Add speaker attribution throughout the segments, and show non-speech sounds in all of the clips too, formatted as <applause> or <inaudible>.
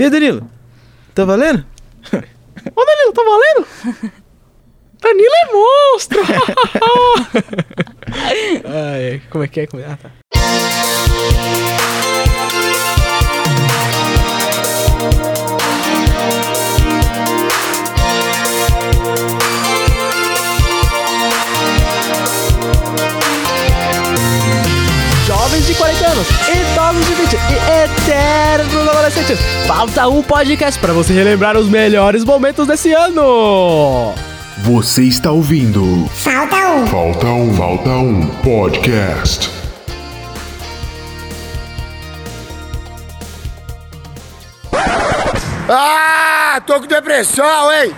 Speaker 1: E aí, Danilo? Tá valendo? Ô, Danilo, tá valendo? Danilo é monstro! Ai, como é que é? Como é? Ah, tá.
Speaker 2: jovens de 40 anos, idosos de 20 e eternos adolescentes. Falta um podcast para você relembrar os melhores momentos desse ano.
Speaker 3: Você está ouvindo.
Speaker 4: Falta um.
Speaker 3: Falta um, falta um podcast.
Speaker 5: Ah, tô com depressão, hein?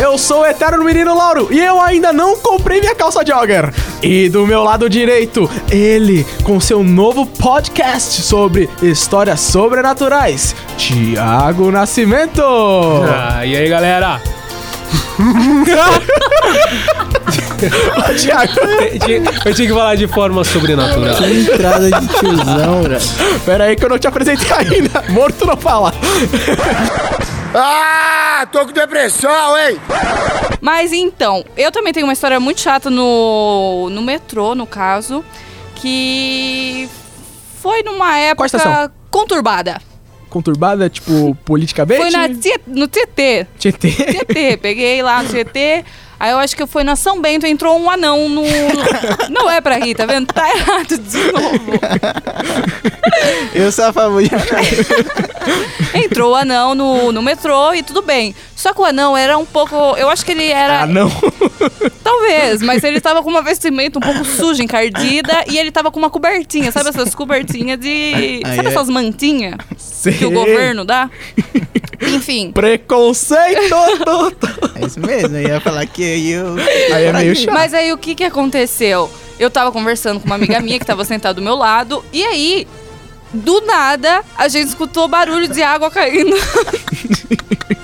Speaker 2: Eu sou o eterno menino Lauro e eu ainda não comprei minha calça jogger. E do meu lado direito, ele com seu novo podcast sobre histórias sobrenaturais, Tiago Nascimento. <laughs>
Speaker 6: Ah, e aí, galera?
Speaker 2: Ô, Tiago,
Speaker 6: Eu tinha, eu tinha que falar de forma sobrenatural.
Speaker 1: Entrada de tiozão, cara.
Speaker 2: <laughs> pera aí que eu não te apresentei ainda. Morto não fala.
Speaker 5: Ah, tô com depressão, hein?
Speaker 7: Mas então, eu também tenho uma história muito chata no, no metrô, no caso, que foi numa
Speaker 2: Qual estação?
Speaker 7: época conturbada.
Speaker 2: Conturbada, tipo, politicamente?
Speaker 7: Foi na, Tie- no Tietê.
Speaker 1: <laughs>
Speaker 2: Tietê.
Speaker 7: Tietê, peguei lá no Tietê. Aí eu acho que foi na São Bento, entrou um anão no. Não é pra rir, tá vendo? Tá errado de novo.
Speaker 1: <laughs> Eu sou a favor de...
Speaker 7: Entrou o anão no, no metrô e tudo bem. Só que o anão era um pouco. Eu acho que ele era.
Speaker 2: Ah, não.
Speaker 7: Talvez, mas ele tava com uma vestimenta um pouco suja, encardida, e ele tava com uma cobertinha, sabe essas cobertinhas de.
Speaker 1: Ai,
Speaker 7: sabe
Speaker 1: ai.
Speaker 7: essas mantinhas
Speaker 2: Sei.
Speaker 7: que o governo dá? Enfim.
Speaker 2: Preconceito!
Speaker 1: É isso mesmo, eu ia falar que eu...
Speaker 2: Aí é meio chato.
Speaker 7: Mas aí o que que aconteceu? Eu tava conversando com uma amiga minha que tava sentada do meu lado, e aí, do nada, a gente escutou barulho de água caindo. <laughs>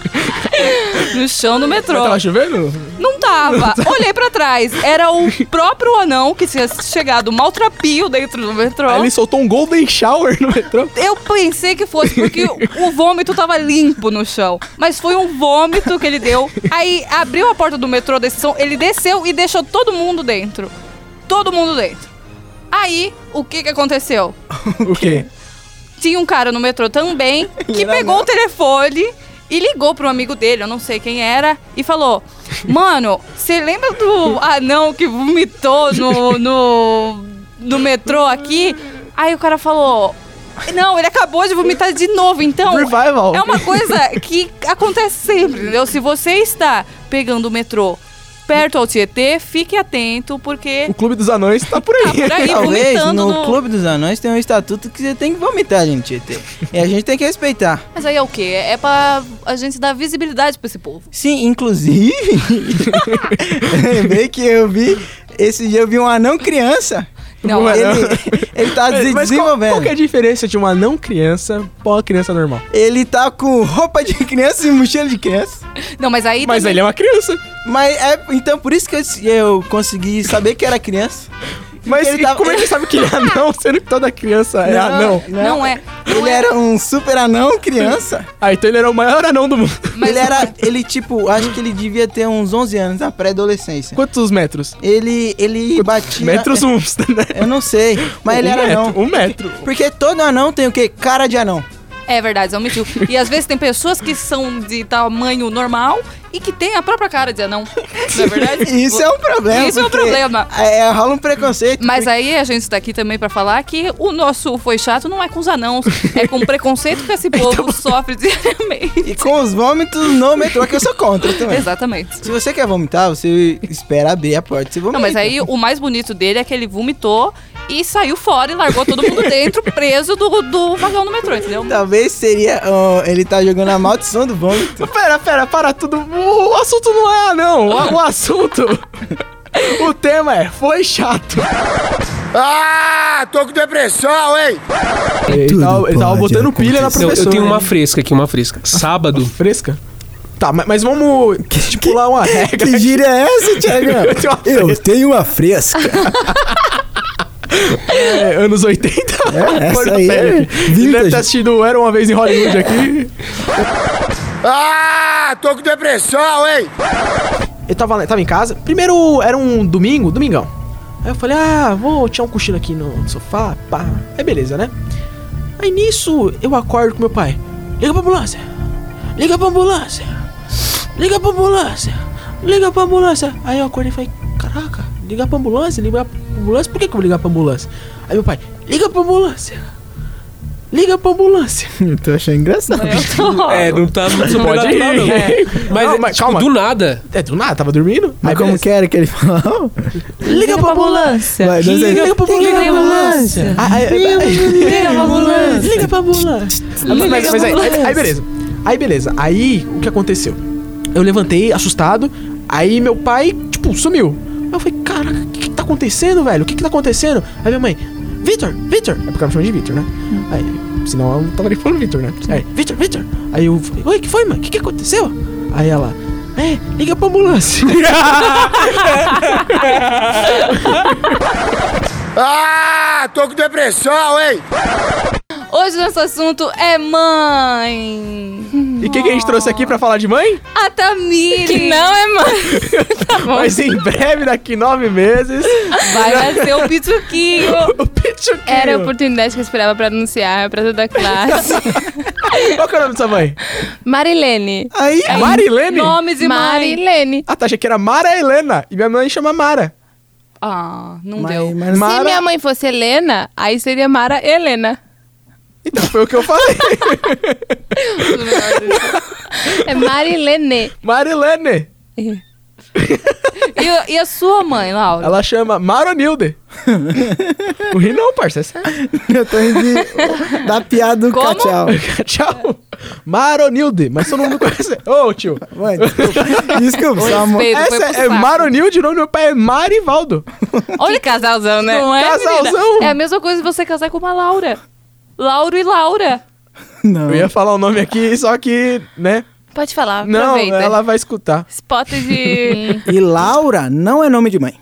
Speaker 7: No chão do metrô.
Speaker 2: Mas tava chovendo?
Speaker 7: Não tava. Olhei pra trás. Era o próprio anão que tinha chegado maltrapio dentro do metrô.
Speaker 2: Aí ele soltou um golden shower no metrô.
Speaker 7: Eu pensei que fosse porque o o vômito tava limpo no chão. Mas foi um vômito que ele deu. Aí abriu a porta do metrô da estação, ele desceu e deixou todo mundo dentro. Todo mundo dentro. Aí, o que que aconteceu?
Speaker 2: O quê?
Speaker 7: Tinha um cara no metrô
Speaker 2: <laughs>
Speaker 7: também que pegou o telefone e ligou pro amigo dele, eu não sei quem era, e falou: Mano, você lembra do anão que vomitou no, no, no metrô aqui? Aí o cara falou. Não, ele acabou de vomitar de novo, então.
Speaker 2: Revival.
Speaker 7: É uma coisa que acontece sempre, entendeu? Se você está pegando o metrô perto ao Tietê, fique atento, porque.
Speaker 2: O clube dos anões tá por aí.
Speaker 7: Tá por aí.
Speaker 1: Talvez
Speaker 7: vomitando
Speaker 1: no
Speaker 7: no-
Speaker 1: Clube dos Anões tem um estatuto que você tem que vomitar, gente, Tietê. E a gente tem que respeitar.
Speaker 7: Mas aí é o quê? É pra a gente dar visibilidade pra esse povo.
Speaker 1: Sim, inclusive, <laughs> lembrei que eu vi, esse dia eu vi um anão criança.
Speaker 7: Não,
Speaker 2: Mas-
Speaker 1: Ele, ele tá se
Speaker 2: Mas- mas qual,
Speaker 1: desenvolvendo.
Speaker 2: qual que é a diferença de um anão criança pra uma criança normal?
Speaker 1: Ele tá com roupa de criança e mochila de criança.
Speaker 7: não mas aí.
Speaker 2: Mas
Speaker 7: também-
Speaker 2: ele é uma criança.
Speaker 1: Mas é, então por isso que eu, eu consegui saber que era criança.
Speaker 2: Mas
Speaker 1: Ele tá-
Speaker 2: e
Speaker 1: tava-
Speaker 2: como é que sabe que ele é anão, sendo que toda criança é anão?
Speaker 7: Não é. Não
Speaker 1: Ele
Speaker 7: é.
Speaker 1: era um super anão criança.
Speaker 2: Ah, então ele era o maior anão do mundo.
Speaker 7: Mas-
Speaker 1: Ele
Speaker 7: <laughs>
Speaker 1: era, ele tipo, acho que ele devia ter uns 11 anos, na pré-adolescência.
Speaker 2: Quantos metros?
Speaker 1: Ele, ele batia...
Speaker 2: Metros uns, né?
Speaker 1: Eu não sei, mas ele
Speaker 2: um
Speaker 1: era
Speaker 2: metro,
Speaker 1: anão.
Speaker 2: Um metro.
Speaker 1: Porque todo anão tem o quê? Cara de anão.
Speaker 7: É verdade, omitiu. E às vezes tem pessoas que são de tamanho normal e que tem a própria cara de anão. Não é verdade?
Speaker 1: <laughs> Isso é um problema.
Speaker 7: Isso é um
Speaker 1: porque
Speaker 7: problema.
Speaker 1: É, rola um preconceito.
Speaker 7: Mas aí a gente tá aqui também pra falar que o nosso foi chato não é com os anãos, é com o preconceito
Speaker 1: <laughs>
Speaker 7: que esse
Speaker 1: Então
Speaker 7: povo sofre diariamente.
Speaker 1: E com os vômitos no metrô, que eu sou contra também.
Speaker 7: Exatamente.
Speaker 1: Se você quer vomitar, você espera abrir a porta e você vomita.
Speaker 7: Não, mas aí o mais bonito dele é que ele vomitou e saiu fora e largou todo mundo
Speaker 1: <laughs>
Speaker 7: dentro, preso do, do vagão do metrô, entendeu?
Speaker 1: Talvez seria... ó, ele tá jogando a maldição do vômito.
Speaker 2: Pera, pera, para tudo. O o assunto não é anão. O, o assunto. o tema é foi chato.
Speaker 5: Ah, tô com depressão, hein?
Speaker 2: Ele tava, ele tava botando pilha na
Speaker 6: Não,
Speaker 2: professora.
Speaker 6: eu tenho uma
Speaker 2: né?
Speaker 6: fresca aqui, uma fresca. Sábado.
Speaker 2: fresca. Tá, mas, mas vamos estipular <laughs> uma regra. né? <laughs> Tipo,
Speaker 1: Que gíria é essa, Thiago?
Speaker 2: Eu tenho uma fresca. É, anos 80.
Speaker 1: É, essa
Speaker 2: Porta
Speaker 1: aí é
Speaker 2: Pele. Ele deve
Speaker 1: vintage.
Speaker 2: ter assistido Era Uma Vez em Hollywood aqui.
Speaker 5: Ah, tô com depressão, hein?
Speaker 2: Eu tava, lá- tava em casa. Primeiro era um domingo, domingão. Aí eu falei, ah, vou tirar um cochilo aqui no sofá, pá. Aí beleza, né? Aí nisso eu acordo com meu pai. Liga pra ambulância! Liga pra ambulância! Liga pra ambulância! Liga pra ambulância! Aí eu acordei e falei, caraca, ligar pra ambulância? Ligar pra ambulância? Por que, que eu vou ligar pra ambulância? Aí meu pai, liga pra ambulância! Liga pra ambulância!
Speaker 1: <laughs> Eu tô achando engraçado.
Speaker 7: Eu tô-
Speaker 6: É, não tá muito
Speaker 2: Pode ir.
Speaker 6: sobrenatural, não.
Speaker 2: É.
Speaker 6: Mas,
Speaker 2: Não,
Speaker 6: é,
Speaker 2: mas
Speaker 6: tipo,
Speaker 2: calma.
Speaker 6: do nada.
Speaker 2: É, do nada, tava dormindo.
Speaker 1: Mas
Speaker 2: Aí
Speaker 1: como
Speaker 2: beleza.
Speaker 1: que é? era que ele falou?
Speaker 2: Liga pra
Speaker 7: É.
Speaker 2: ambulância!
Speaker 1: Vai, não sei.
Speaker 2: Liga pra ambulância!
Speaker 7: pra ambulância.
Speaker 2: Ah, aí- aí-
Speaker 7: Liga pra ambulância.
Speaker 2: Liga pra ambulância.
Speaker 7: Liga
Speaker 2: Mas,
Speaker 7: pra
Speaker 2: mas aí,
Speaker 7: ambulância.
Speaker 2: aí- aí beleza. Aí beleza. Aí o que aconteceu? Eu levantei assustado. Aí meu pai, tipo, sumiu. Aí eu falei, caraca, o que, que tá acontecendo, velho? O que, que tá acontecendo? Aí minha mãe, Vitor, Vitor. É porque ela me chama de Vitor, né? Aí, senão eu não tava nem falando Vitor, né? Aí, Vitor, Vitor. Aí eu falei, oi, que foi, mãe? O que, que aconteceu? Aí ela, é, liga pra ambulância. <laughs>
Speaker 5: Ah, tô com depressão, hein?
Speaker 7: <laughs> Hoje nosso assunto é mãe.
Speaker 2: e quem que a gente trouxe aqui pra falar de mãe?
Speaker 7: A Tamiri. Que não é mãe.
Speaker 2: Mas em breve, daqui nove meses, né?
Speaker 7: Vai nascer o pituquinho.
Speaker 2: <laughs> o Pichuquinho.
Speaker 4: Era a oportunidade que eu esperava pra anunciar pra toda a <laughs> classe.
Speaker 2: Qual que é o nome dessa mãe?
Speaker 4: Marilene.
Speaker 2: Aí,
Speaker 7: É
Speaker 2: Marilene?
Speaker 7: Nomes e mãe.
Speaker 4: É. Marilene.
Speaker 2: Ah, tá, achei que era Mara Helena. E minha mãe chama Mara.
Speaker 7: Ah, não
Speaker 1: Mas-
Speaker 7: deu.
Speaker 1: mas-
Speaker 4: Se minha mãe fosse Helena, aí seria Mara Helena.
Speaker 2: Então foi o que eu
Speaker 7: <laughs>
Speaker 2: falei.
Speaker 4: É Marilene.
Speaker 2: Marilene.
Speaker 7: E, e a sua mãe, Laura?
Speaker 2: Ela chama Maronilde. o ri não, parça. É sério. <laughs>
Speaker 1: Eu tô rindo da piada do
Speaker 7: Como?
Speaker 1: Cachau.
Speaker 2: Tchau. Maronilde. Mas todo mundo conhece. Ô, tio.
Speaker 1: Mãe, desculpa. Desculpa, sua mãe.
Speaker 7: Respeito, foi
Speaker 2: Essa
Speaker 7: pro
Speaker 2: é
Speaker 7: saco.
Speaker 2: Maronilde. O nome do meu pai é Marivaldo.
Speaker 7: Olha que casalzão, né?
Speaker 4: Não é,
Speaker 2: Casalzão.
Speaker 4: menina?
Speaker 7: É a mesma coisa você casar com uma Laura. Lauro e Laura.
Speaker 1: Não.
Speaker 2: Eu ia falar o nome aqui, só que, né?
Speaker 4: Pode falar,
Speaker 2: Não,
Speaker 4: aproveita.
Speaker 2: ela vai escutar.
Speaker 4: Spot <laughs> de...
Speaker 1: E Laura não é nome de mãe.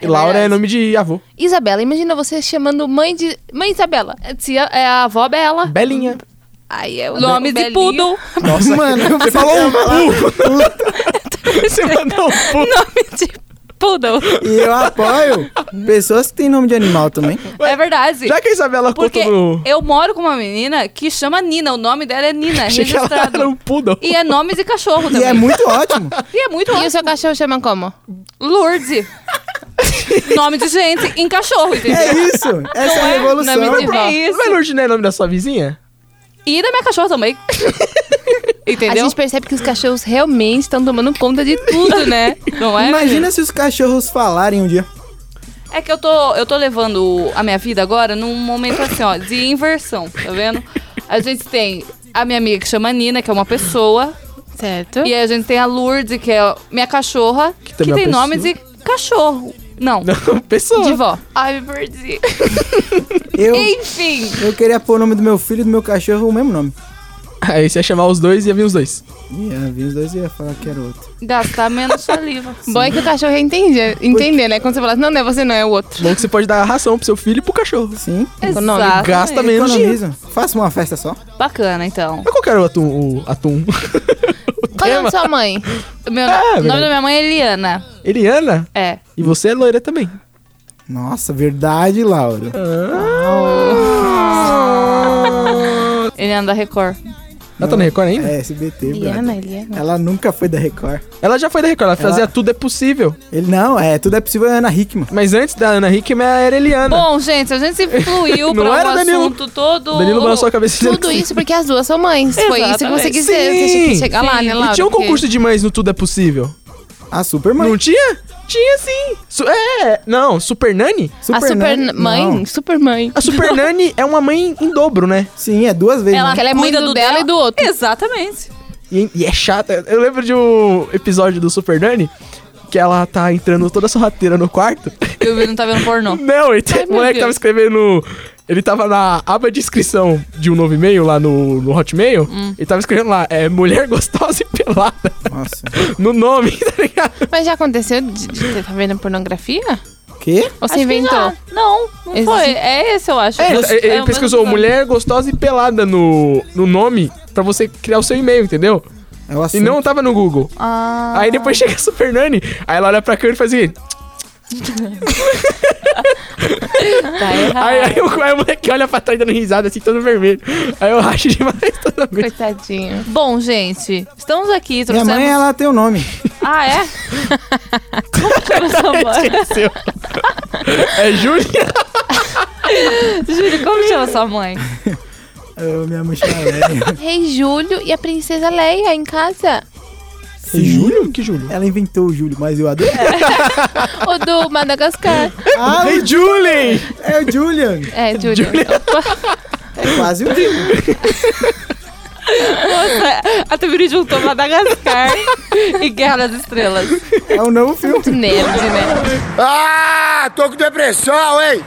Speaker 2: E Laura é nome de avô.
Speaker 4: Isabela, imagina você chamando mãe de... Mãe Isabela. Tia, é a avó Bela.
Speaker 2: Belinha.
Speaker 4: Aí é o
Speaker 7: Nome de
Speaker 4: Belinho.
Speaker 7: poodle.
Speaker 1: Nossa, mano,
Speaker 2: Você falou um pu. <laughs> Você mandou um pu.
Speaker 4: <laughs> Nome de poodle.
Speaker 1: E eu apoio pessoas que têm nome de animal também.
Speaker 7: é verdade.
Speaker 2: Já que a Isabela
Speaker 7: Porque
Speaker 2: conta no...
Speaker 7: eu moro com uma menina que chama Nina. O nome dela é Nina,
Speaker 2: Achei que ela
Speaker 7: registrado.
Speaker 2: era um poodle.
Speaker 7: E é nome de cachorro
Speaker 1: E
Speaker 7: também.
Speaker 1: é muito ótimo.
Speaker 7: E é muito
Speaker 4: E o seu cachorro chama como? <laughs>
Speaker 7: Lourdes. nome de gente em cachorro,
Speaker 1: É
Speaker 7: entendeu?
Speaker 1: isso. Essa é a revolução.
Speaker 4: nome de-
Speaker 7: É
Speaker 2: Não
Speaker 7: isso.
Speaker 2: é Lourdes, não é nome da sua vizinha? <laughs>
Speaker 7: E da minha cachorra também.
Speaker 4: <laughs> A
Speaker 7: entendeu?
Speaker 4: gente percebe que os cachorros realmente estão tomando conta de tudo, né?
Speaker 7: Não é?
Speaker 1: Imagina se os cachorros falarem um dia.
Speaker 7: É que eu tô, eu tô levando a minha vida agora num momento assim, ó, de inversão, tá vendo? A gente tem a minha amiga que chama Nina, que é uma pessoa.
Speaker 4: Certo.
Speaker 7: E aí a gente tem a Lourdes, que é minha cachorra, que,
Speaker 2: também é
Speaker 7: tem
Speaker 2: uma
Speaker 7: nome de cachorro. Não,
Speaker 2: Pessoa.
Speaker 7: de vó.
Speaker 4: Ai, me perdi.
Speaker 1: Eu,
Speaker 7: Enfim.
Speaker 1: eu queria pôr o nome do meu filho e do meu cachorro o mesmo nome.
Speaker 2: Aí você ia chamar os dois e ia vir os dois.
Speaker 1: Ia vir os dois e ia falar que era outro.
Speaker 7: Gastar menos saliva.
Speaker 4: Bom é que o cachorro entende, entender, né? Quando você fala assim, não, não é você, não, é o outro.
Speaker 2: Bom que você pode dar ração pro seu filho e pro cachorro.
Speaker 1: Sim.
Speaker 7: Exato.
Speaker 2: Gasta menos dinheiro.
Speaker 1: Economiza. Faça uma festa só.
Speaker 7: Bacana, então.
Speaker 2: Mas qual que era o atum? O atum?
Speaker 4: Qual é o nome da sua mãe?
Speaker 7: Meu
Speaker 2: Ah,
Speaker 7: no- o
Speaker 2: verdade.
Speaker 7: nome da minha mãe é Eliana.
Speaker 2: Eliana?
Speaker 7: É.
Speaker 2: E você é loira também.
Speaker 1: Nossa, verdade, Laura.
Speaker 2: Ah.
Speaker 7: Eliana da Record.
Speaker 2: Ela tá na Record ainda?
Speaker 1: É SBT, brother.
Speaker 4: Eliana, Eliana.
Speaker 1: Ela nunca foi da Record.
Speaker 2: Ela já foi da Record, ela,
Speaker 1: Ela-
Speaker 2: fazia Tudo é Possível.
Speaker 1: Ele não, é tudo é possível é Ana Hickman.
Speaker 2: Mas antes da Ana Hickman era Eliana.
Speaker 7: Bom, gente, a gente <laughs> fluiu
Speaker 2: Não
Speaker 7: pra um
Speaker 2: era, Danilo?
Speaker 7: assunto todo.
Speaker 2: O Danilo balançou a cabeça assim. dizendo
Speaker 4: Tudo
Speaker 2: que-
Speaker 4: isso porque as duas são mães. Foi isso que você
Speaker 7: Exatamente.
Speaker 4: quis dizer. Você
Speaker 2: Sim.
Speaker 4: tinha que chegar lá,
Speaker 7: Sim.
Speaker 4: né,
Speaker 7: E
Speaker 4: Laura?
Speaker 2: E tinha um
Speaker 4: Porque-
Speaker 2: concurso de mães no Tudo é Possível?
Speaker 1: A Superman.
Speaker 2: Não tinha? Tinha sim. Su- é, não, Super Nani?
Speaker 4: A super
Speaker 1: Nani-
Speaker 4: mãe?
Speaker 1: Não.
Speaker 4: Super mãe.
Speaker 2: A Super Nani é uma mãe em dobro, né?
Speaker 1: Sim, é duas vezes.
Speaker 4: Ela-
Speaker 1: né?
Speaker 4: é mãe
Speaker 7: cuida
Speaker 4: do dela e do outro.
Speaker 7: Exatamente.
Speaker 2: E, e é chata. Eu lembro de um episódio do Super Nani que ela tá entrando toda sorrateira no quarto.
Speaker 7: E o Vini não tá vendo pornô.
Speaker 2: <laughs> Não, e tem
Speaker 4: Ai,
Speaker 2: um
Speaker 4: meu
Speaker 2: moleque
Speaker 4: Deus.
Speaker 2: tava escrevendo. Ele tava na aba de inscrição de um novo e-mail lá no, no Hotmail. Ele tava escrevendo lá, é mulher gostosa e pelada. <laughs>
Speaker 1: Nossa,
Speaker 2: No nome, <laughs> tá ligado?
Speaker 4: Mas já aconteceu de, de ter tá vendo pornografia?
Speaker 1: o quê?
Speaker 2: Quê?
Speaker 4: Ou você
Speaker 7: Acho que
Speaker 4: inventou?
Speaker 7: já. Não, não
Speaker 4: Existe.
Speaker 7: foi. É esse, eu acho.
Speaker 2: É,
Speaker 7: Você-
Speaker 2: ele, ele
Speaker 7: o
Speaker 2: pesquisou
Speaker 7: mesmo nome.
Speaker 2: mulher gostosa e pelada no, no nome pra você criar o seu e-mail, entendeu?
Speaker 1: É o
Speaker 2: E
Speaker 1: assunto.
Speaker 2: não tava no Google.
Speaker 4: Ah,
Speaker 2: Aí depois chega a Super Nani, aí ela olha pra câmera e faz assim.
Speaker 7: Tá errado.
Speaker 2: <laughs> Aí, aí o, aí o moleque olha pra trás dando risada assim, todo vermelho. Aí eu racho demais <laughs> toda vez.
Speaker 4: coitadinho.
Speaker 7: Bom, gente, estamos aqui.
Speaker 1: Minha
Speaker 7: Trouxemos...
Speaker 1: mãe, é ela tem o nome.
Speaker 7: Ah, é? Como chama sua mãe?
Speaker 2: Esqueceu. É Júlia?
Speaker 7: Júlio, como chama sua mãe?
Speaker 1: É, Eu, minha mãe chama né? <laughs> Leia.
Speaker 4: Rei Júlio e a princesa Leia em casa.
Speaker 1: Sim.
Speaker 2: Júlio? Que Júlio?
Speaker 1: Ela inventou o Júlio, mas eu adoro.
Speaker 4: O do Madagascar.
Speaker 1: Ah,
Speaker 2: Hey, Julie!
Speaker 1: o- é o Julian.
Speaker 4: É, Júlio.
Speaker 1: É quase o Júlio.
Speaker 7: A Tubiri juntou <laughs> Madagascar e Guerra das Estrelas.
Speaker 1: É o novo filme.
Speaker 4: Muito nerd, né?
Speaker 5: Ah, tô com depressão, hein?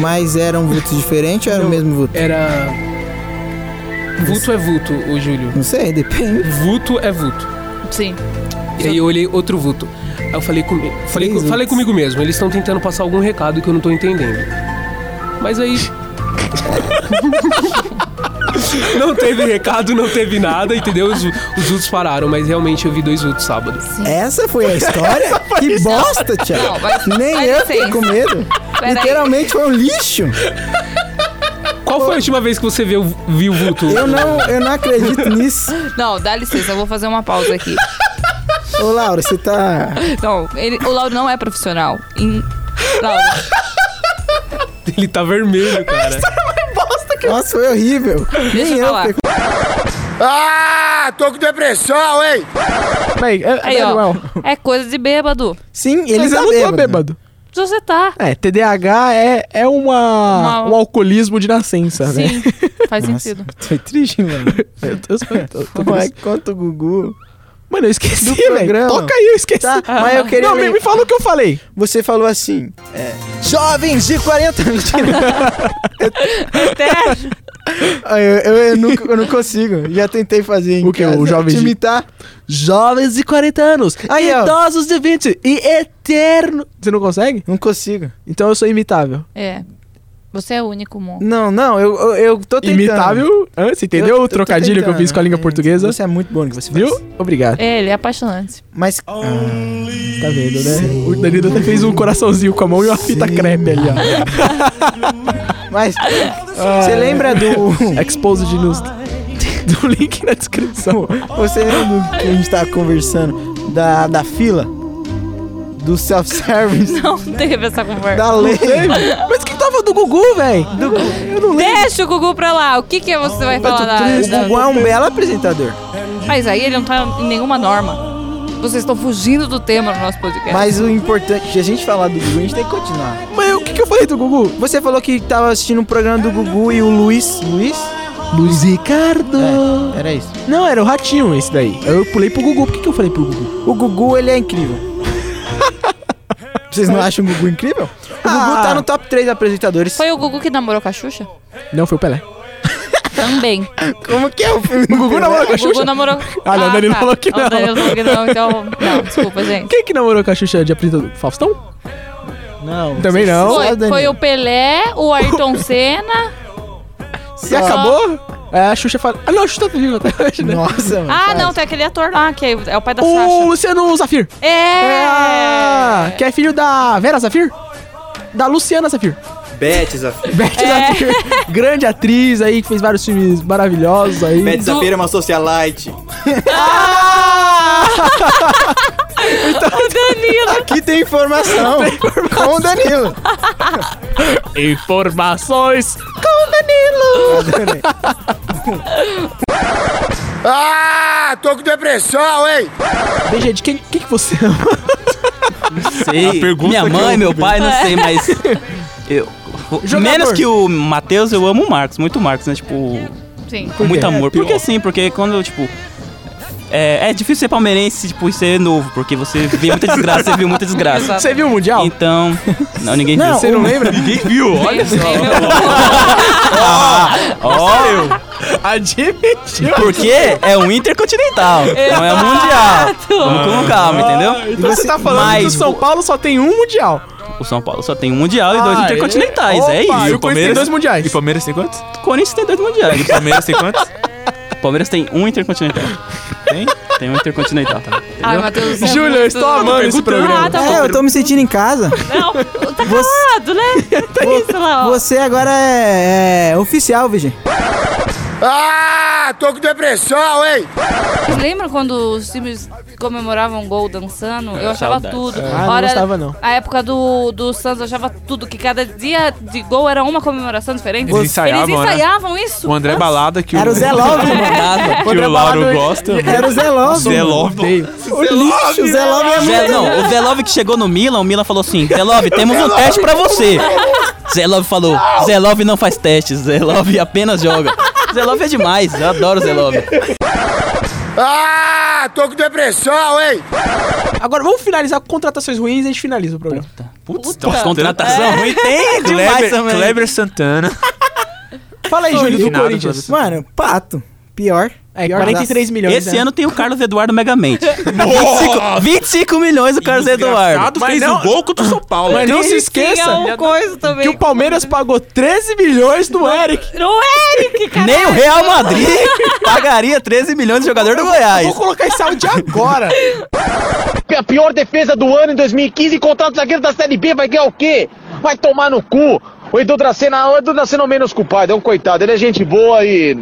Speaker 1: Mas era um vulto diferente ou era o mesmo vulto?
Speaker 6: Era. Vulto é vulto, ô Júlio.
Speaker 1: Não sei, depende.
Speaker 6: Vulto é vulto.
Speaker 7: Sim.
Speaker 6: E aí eu olhei outro vulto. Aí eu falei, com, falei, com-
Speaker 1: vultos.
Speaker 6: falei comigo mesmo, eles estão tentando passar algum recado que eu não tô entendendo. Mas aí. não teve recado, não teve nada, entendeu? Os, os vultos pararam, mas realmente eu vi dois vultos sábado.
Speaker 1: Essa foi a história? que bosta, Thiago.
Speaker 7: Não, mas-
Speaker 1: Nem
Speaker 7: mas
Speaker 1: eu
Speaker 7: licença.
Speaker 1: fiquei com medo.
Speaker 7: Peraí.
Speaker 1: Literalmente foi um lixo.
Speaker 6: Qual foi a última vez que você viu, viu o vulto?
Speaker 1: Eu não, eu não acredito nisso.
Speaker 7: Não, dá licença, eu vou fazer uma pausa aqui.
Speaker 1: Ô, Laura, você tá.
Speaker 2: <laughs>
Speaker 7: Não, ele- o Lauro não é profissional. Em... Lauro,
Speaker 6: Ele tá vermelho, cara.
Speaker 1: Nossa, foi horrível.
Speaker 7: deixa
Speaker 1: Nem
Speaker 7: eu
Speaker 1: eu
Speaker 7: falar.
Speaker 1: fiquei com
Speaker 5: Ah, tô com depressão, hein?
Speaker 2: Peraí, é, é
Speaker 7: Aí, ó.
Speaker 2: normal.
Speaker 7: É coisa de bêbado.
Speaker 1: Sim, ele
Speaker 2: Mas
Speaker 1: tá
Speaker 2: eu não tô
Speaker 1: bêbado.
Speaker 2: é bêbado.
Speaker 7: Você tá.
Speaker 2: É, TDAH é, é uma,
Speaker 7: Uma-
Speaker 2: um alcoolismo de nascença, né?
Speaker 7: Sim, faz
Speaker 1: Nossa,
Speaker 7: sentido.
Speaker 1: Foi triste, mano.
Speaker 2: Eu tô, eu tô, eu tô-
Speaker 1: Como é que conta o Gugu?
Speaker 2: Mano, eu esqueci,
Speaker 1: Do
Speaker 2: velho.
Speaker 1: programa.
Speaker 2: Toca aí, eu esqueci.
Speaker 1: Tá, mas eu queria
Speaker 2: Não, me,
Speaker 1: ler.
Speaker 2: me fala o que eu falei.
Speaker 1: Você falou assim, é, jovens de 40...
Speaker 2: <laughs>
Speaker 1: Mentira.
Speaker 7: Até
Speaker 1: Ah, eu, eu, eu não, eu não consigo. Já tentei fazer em
Speaker 2: O quê? O
Speaker 1: casa,
Speaker 2: jovens
Speaker 1: te
Speaker 2: de-
Speaker 1: imitar.
Speaker 2: Jovens de 40 anos,
Speaker 1: Aí, ó.
Speaker 2: idosos de 20 e eterno... Você não consegue?
Speaker 1: Não consigo.
Speaker 2: Então eu sou imitável.
Speaker 7: É. Você é o único, Mon.
Speaker 1: Não, não, eu, eu, eu tô tentando.
Speaker 2: Imitável? Hã? Você entendeu
Speaker 1: Eu- eu
Speaker 2: o
Speaker 1: tô
Speaker 2: trocadilho que eu fiz com a língua
Speaker 1: tentando.
Speaker 2: portuguesa?
Speaker 1: Você é muito bom no que você
Speaker 2: Viu?
Speaker 1: faz.
Speaker 2: Obrigado.
Speaker 7: É, ele é apaixonante.
Speaker 1: Mas... Ah,
Speaker 2: Tá vendo,
Speaker 1: É.
Speaker 2: né? O Danilo até fez um coraçãozinho com a mão e uma
Speaker 1: tá
Speaker 2: fita crepe ali, ó. <laughs>
Speaker 1: mas... Você lembra do...
Speaker 2: Ah. Exposed news. Do link na descrição.
Speaker 1: Você lembra do que a gente tava conversando? Da, da fila? Do
Speaker 2: <laughs>
Speaker 1: self-service?
Speaker 7: Não teve essa conversa.
Speaker 1: Da lei?
Speaker 2: Mas que tava do Gugu, velho?
Speaker 1: um
Speaker 7: Deixa o Gugu pra lá. O que, que você vai falar
Speaker 1: O
Speaker 7: da, da-
Speaker 1: Gugu é um belo apresentador.
Speaker 7: Mas aí ele não tá em nenhuma norma. Vocês estão fugindo do tema no nosso podcast.
Speaker 1: Mas o importante, se a gente falar do Gugu, a gente tem que continuar.
Speaker 2: Mas o que, que eu falei do Gugu?
Speaker 1: Você falou que tava assistindo um programa do Gugu e o Luiz. Luiz?
Speaker 2: Luiz Ricardo.
Speaker 1: É, era isso.
Speaker 2: Não, era o ratinho esse daí. Eu pulei pro Gugu. Por que, que eu falei pro Gugu?
Speaker 1: O Gugu, ele é incrível. <laughs> Vocês não acham o Gugu incrível? O Gugu
Speaker 2: Ah.
Speaker 1: tá no top 3 apresentadores.
Speaker 7: Foi o Gugu que namorou com a Xuxa?
Speaker 2: Não, foi o Pelé.
Speaker 7: Também.
Speaker 1: Como que é <laughs> o filme?
Speaker 2: O Gugu namorou com a
Speaker 7: O Gugu
Speaker 2: Xuxa?
Speaker 7: namorou.
Speaker 2: Ah, não, o Danilo falou que
Speaker 7: O
Speaker 2: não.
Speaker 7: Danilo falou que não, então. Não, desculpa,
Speaker 2: <laughs>
Speaker 7: gente.
Speaker 2: Quem que namorou com a Xuxa de apresentador? Faustão?
Speaker 1: Não.
Speaker 2: Também não.
Speaker 1: Só
Speaker 7: Foi,
Speaker 1: Danilo.
Speaker 7: foi o Pelé, o Ayrton Senna.
Speaker 2: E acabou? É, a Xuxa fala... Ah, não, a Xuxa tá viva até hoje, né?
Speaker 1: Nossa, mano.
Speaker 7: Ah,
Speaker 1: quase.
Speaker 7: não, tem aquele ator lá, que é é o pai da
Speaker 2: O
Speaker 7: Sasha.
Speaker 2: Luciano Zafir. Ah,
Speaker 7: É!
Speaker 2: que é filho da Vera Zafir? Da Luciana Zafir.
Speaker 8: Beth, Zafira.
Speaker 2: Beth
Speaker 7: É.
Speaker 2: Zafir. Grande atriz aí, que fez vários filmes maravilhosos aí.
Speaker 8: Beth Zafira é uma socialite.
Speaker 7: Ah! O Danilo!
Speaker 1: Então, Aqui tem informação. Com o Danilo.
Speaker 2: Informações.
Speaker 1: Adorei.
Speaker 5: Ah, tô com depressão, hein?
Speaker 2: BG, de quem, quem que você ama?
Speaker 8: Sei. Minha mãe, meu pai, não sei, mas. Eu. Menos que o Matheus, eu amo o Marcos, muito o Marcos, né? Tipo,
Speaker 7: Sim.
Speaker 8: com muito amor.
Speaker 2: pior.
Speaker 8: Porque assim, porque quando eu, tipo. É, é difícil ser palmeirense, tipo, e ser novo, porque você vê <laughs> muita desgraça, você viu muita desgraça.
Speaker 2: Você viu o Mundial?
Speaker 8: Então. Não, ninguém
Speaker 1: Não,
Speaker 8: viu.
Speaker 1: Você não
Speaker 8: lembra? Ninguém viu, olha
Speaker 7: Tem- tem meu-
Speaker 8: Ó,
Speaker 2: <laughs> Admitiu.
Speaker 8: porque é um intercontinental, não é mundial. Vamos com calma, entendeu?
Speaker 2: Então você tá falando
Speaker 8: Mas
Speaker 2: que o São Paulo só tem um Mundial.
Speaker 8: O São Paulo só tem um mundial e dois
Speaker 2: Ah, é?
Speaker 8: intercontinentais. É
Speaker 2: Opa,
Speaker 8: isso.
Speaker 2: E o Corinthians tem dois mundiais.
Speaker 9: E o Palmeiras tem quantos?
Speaker 8: O Corinthians tem dois mundiais.
Speaker 9: E o Palmeiras tem quantos?
Speaker 8: O Palmeiras tem um intercontinental.
Speaker 9: Tem?
Speaker 8: Tem um intercontinental.
Speaker 7: Ai, Matheus. é
Speaker 2: Júlia, eu
Speaker 7: muito-
Speaker 2: estou amando esse programa.
Speaker 7: Ah, tá
Speaker 1: É, eu tô me sentindo em casa.
Speaker 7: Não, tá
Speaker 1: Você-
Speaker 2: <laughs>
Speaker 7: calado, né? Tem isso lá, ó.
Speaker 1: Você agora é, é oficial, Virgem.
Speaker 5: Ah, tô com depressão, hein?
Speaker 7: Vocês lembram quando os times comemoravam gol dançando?
Speaker 9: É,
Speaker 7: Eu achava
Speaker 8: saudades.
Speaker 7: tudo.
Speaker 2: Ah, não gostava, não.
Speaker 7: A época do, do Santos eu achava tudo, que cada dia de gol era uma comemoração diferente.
Speaker 9: Eles ensaiavam,
Speaker 7: Eles
Speaker 9: né?
Speaker 7: ensaiavam isso. Ah,
Speaker 9: O André
Speaker 7: Nossa.
Speaker 9: Balada que
Speaker 1: Era o Zé Love, mano.
Speaker 8: Mandava.
Speaker 9: Que o Lauro gosta.
Speaker 1: Era o Zé Love.
Speaker 9: Zé Love.
Speaker 1: O lixo, o Zé Love é
Speaker 8: Zé,
Speaker 1: muito...
Speaker 8: não, o Zé Love que chegou no Milan, o Milan falou assim: Zé Love, temos um teste pra você. Zé Love falou: Zé Love não faz testes, Zé Love apenas joga. Zé Love é demais, eu adoro o Zé Love.
Speaker 5: Ah, tô com depressão, hein?
Speaker 2: Agora vamos finalizar com contratações ruins e a gente finaliza o programa.
Speaker 8: Putz, Puta. contratação
Speaker 9: É.
Speaker 8: ruim tem demais
Speaker 9: Kleber,
Speaker 8: também.
Speaker 9: Kleber Santana.
Speaker 2: Fala aí,
Speaker 8: um
Speaker 2: Júlio, do
Speaker 9: Finado,
Speaker 2: Corinthians.
Speaker 1: Mano, pato. Pior.
Speaker 2: É,
Speaker 1: Pior
Speaker 2: 43 milhões.
Speaker 8: Esse
Speaker 2: né?
Speaker 8: ano tem o Carlos Eduardo Megamente. 25, 25 milhões o Carlos Eduardo.
Speaker 9: Eduardo fez
Speaker 2: não-
Speaker 9: um gol contra o São Paulo.
Speaker 2: Mas não
Speaker 9: Tem-
Speaker 2: se
Speaker 7: Tinha
Speaker 2: esqueça
Speaker 7: um coisa também.
Speaker 2: que o Palmeiras pagou 13 milhões do Eric.
Speaker 7: Não, Eric, cara.
Speaker 8: Nem o
Speaker 9: <laughs>
Speaker 8: Real Madrid pagaria 13 milhões de jogador do Goiás.
Speaker 2: Vou colocar esse áudio agora.
Speaker 10: a pior defesa do ano em 2015 contra o zagueiro da Série B vai ganhar o quê? Vai tomar no cu. O Edu Dracena, o Edu Dracena é o menos culpado, é um coitado. Ele é gente boa e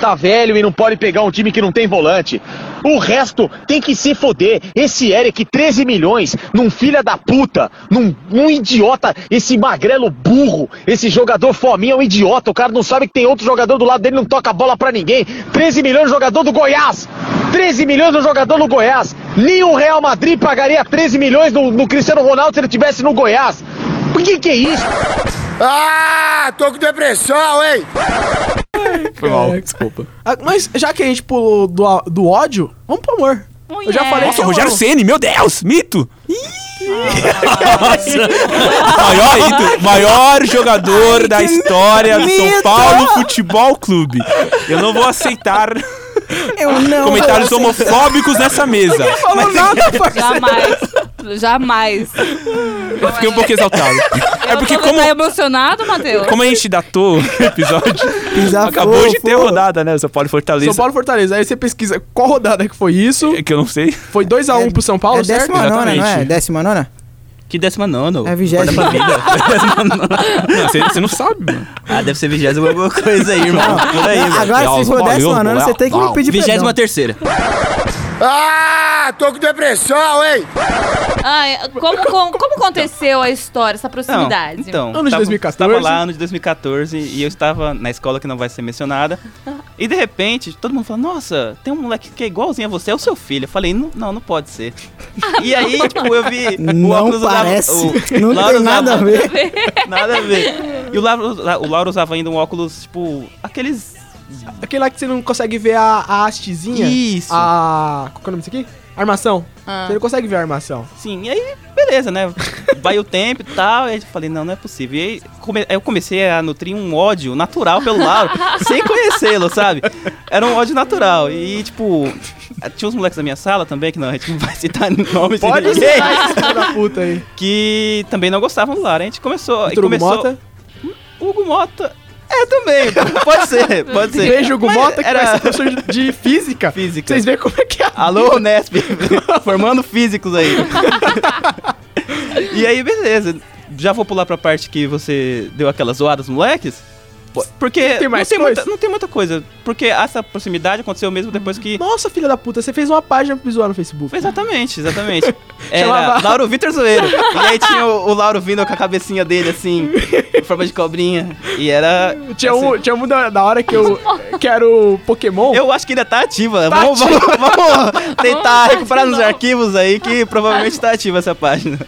Speaker 10: tá velho e não pode pegar um time que não tem volante. O resto tem que se foder. Esse Eric, 13 milhões, num filha da puta, num, num idiota, esse magrelo burro, esse jogador fominha é um idiota. O cara não sabe que tem outro jogador do lado dele, não toca a bola pra ninguém. 13 milhões, jogador do Goiás. 13 milhões no jogador no Goiás. Nem o Real Madrid pagaria 13 milhões no, no Cristiano Ronaldo se ele tivesse no Goiás. Por que que é isso?
Speaker 5: Ah, tô com depressão, hein?
Speaker 9: Foi mal, desculpa.
Speaker 2: Ah, Mas já que a gente pulou do, á- do ódio, vamos pro amor. Eu
Speaker 7: É,
Speaker 2: já falei que
Speaker 9: É.
Speaker 2: é
Speaker 9: Nossa,
Speaker 2: eu
Speaker 9: Rogério
Speaker 2: amo.
Speaker 9: Ceni, meu Deus, mito! maior, ídolo, maior jogador da história do São
Speaker 1: mito!
Speaker 9: Paulo Futebol Clube. Eu não vou aceitar
Speaker 1: Eu não...
Speaker 11: assim,
Speaker 9: comentários homofóbicos nessa
Speaker 8: <laughs>
Speaker 9: mesa.
Speaker 2: Falou nada, parceiro.
Speaker 7: Jamais. Jamais.
Speaker 9: Eu fiquei um pouco exaltado. É porque
Speaker 7: Você
Speaker 9: como,
Speaker 7: tá emocionado, Matheus?
Speaker 9: como é- a gente datou o episódio,
Speaker 1: Pisar
Speaker 9: acabou
Speaker 1: fogo,
Speaker 9: de ter
Speaker 1: fogo.
Speaker 9: rodada, né? O São Paulo e Fortaleza.
Speaker 2: São Paulo e Fortaleza. Aí você pesquisa qual rodada que foi isso.
Speaker 9: É Que eu não sei.
Speaker 2: Foi 2x1 pro São Paulo,
Speaker 1: É
Speaker 2: certo?
Speaker 1: décima nona, não é?
Speaker 9: Exatamente.
Speaker 1: Décima nona?
Speaker 8: Que décima nono.
Speaker 1: É vigésima. <laughs>
Speaker 8: Acorda pra vida.
Speaker 9: Não, Você você não sabe, mano.
Speaker 8: ah, deve ser vigésima alguma coisa aí, irmão. Por aí, velho.
Speaker 1: Agora, se for
Speaker 9: Valeu,
Speaker 1: décima nona,
Speaker 9: valeu.
Speaker 1: você tem que me pedir
Speaker 8: Vigésima
Speaker 1: perdão.
Speaker 8: terceira.
Speaker 5: Ah, tô com depressão, hein?
Speaker 7: Ai, Ah, é, como, como, como aconteceu a história, essa proximidade?
Speaker 8: então,
Speaker 2: Ano de 2014.
Speaker 8: Estava lá, ano de 2014, e eu estava na escola que não vai ser mencionada. E de repente, todo mundo falou: Nossa, tem um moleque que é igualzinho a você, é o seu filho. Eu falei: Não, não, não pode ser. E aí, tipo, eu vi. o óculos
Speaker 1: Não
Speaker 8: usava-
Speaker 1: parece.
Speaker 11: <laughs>
Speaker 8: o-
Speaker 1: Não
Speaker 8: Laura
Speaker 1: tem nada a
Speaker 8: usava-
Speaker 1: ver.
Speaker 8: <laughs> Nada a ver. E o Lauro, o Lauro usava ainda um óculos, tipo, aqueles.
Speaker 2: Aquele lá que você não consegue ver a, a hastezinha.
Speaker 8: Isso.
Speaker 2: A. Qual que é o nome disso aqui? Armação.
Speaker 9: Ah.
Speaker 2: Você não consegue ver a armação.
Speaker 9: <laughs>
Speaker 8: Sim, e aí, beleza, né? Vai o tempo e tal. E aí eu falei, não, não é possível. E aí come- aí eu comecei a nutrir um ódio natural pelo Lauro, sem conhecê-lo, sabe? Era um ódio natural. E, tipo, tinha uns moleques da minha sala também, que não, a gente não vai citar <laughs> nomes de
Speaker 2: Pode
Speaker 8: ninguém,
Speaker 2: ser esse filho da puta aí.
Speaker 8: que também não gostavam do Lauro. A gente começou. e
Speaker 2: Vitor Hugo
Speaker 8: começou
Speaker 2: Mota.
Speaker 8: Hugo Mota. É, também. Pode ser, pode ser.
Speaker 2: Beijo, Hugo
Speaker 8: Mas
Speaker 2: Mota, que
Speaker 8: era-
Speaker 2: vai ser professor de- de física.
Speaker 8: Física.
Speaker 2: Vocês veem como é que é.
Speaker 9: Ah.
Speaker 8: Alô, Unesp, <laughs> formando físicos aí. <laughs> e aí, beleza. Já vou pular pra parte que você deu aquelas zoadas, moleques. Pô, Porque
Speaker 2: Tem mais
Speaker 8: não, tem
Speaker 2: coisa?
Speaker 8: muita, não tem muita coisa. Porque essa proximidade aconteceu mesmo depois que.
Speaker 2: Nossa, filha da puta, você fez uma página pra me zoar no Facebook.
Speaker 8: Exatamente, exatamente. Era
Speaker 2: Chamava-
Speaker 8: Lauro Vitor Zoeiro. E aí tinha o, o Lauro vindo com a cabecinha dele, assim, em forma de cobrinha. E era.
Speaker 2: Tinha
Speaker 8: assim,
Speaker 2: um, tinha um da, da hora que eu quero Pokémon.
Speaker 8: Eu acho que ainda tá ativa. vamos, Vamos, vamos tentar recuperar nos arquivos aí, que provavelmente tá ativa essa página.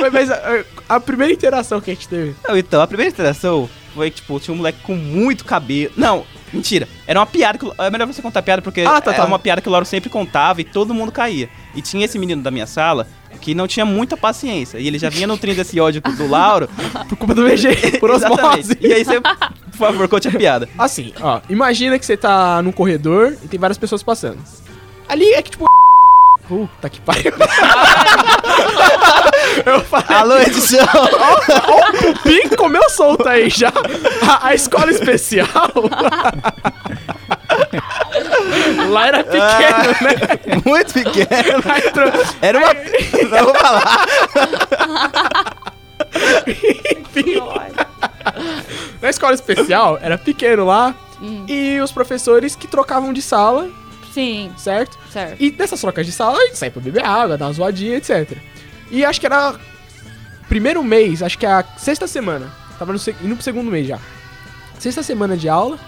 Speaker 2: Mas- Mas a, a primeira interação que a gente teve.
Speaker 8: Não, então, a primeira interação foi que, tipo, tinha um moleque com muito cabelo. Não, mentira. Era uma piada que. o- É melhor você contar a piada porque
Speaker 2: Ah, tá,
Speaker 8: era
Speaker 2: tá.
Speaker 8: uma piada que o Lauro sempre contava e todo mundo caía. E tinha esse menino da minha sala que não tinha muita paciência. E ele já vinha nutrindo esse ódio do <laughs> Lauro.
Speaker 2: Por culpa do
Speaker 8: <laughs>
Speaker 2: VG, por
Speaker 8: Exatamente.
Speaker 2: osmose.
Speaker 8: E aí você, por favor, conte a piada.
Speaker 2: Assim, ó, imagina que você tá num corredor e tem várias pessoas <laughs> passando. Ali é que tipo. Puta que pariu.
Speaker 8: Alô, edição.
Speaker 2: <laughs> Ó, o Pupim comeu solto aí já. A, a escola especial. <laughs> Lá era pequeno, né?
Speaker 8: Muito pequeno.
Speaker 2: Lá entrou-
Speaker 8: Era Ah. É uma. Não vou falar.
Speaker 2: Na escola especial, era pequeno lá. E os professores que trocavam de sala,
Speaker 7: Sim,
Speaker 2: certo?
Speaker 7: certo.
Speaker 2: E nessas trocas de sala, a gente sempre bebia água, dava uma zoadinha, etc. E acho que era. Primeiro mês, acho que é a sexta semana. Tava no, se- indo pro segundo mês já. Sexta semana de aula.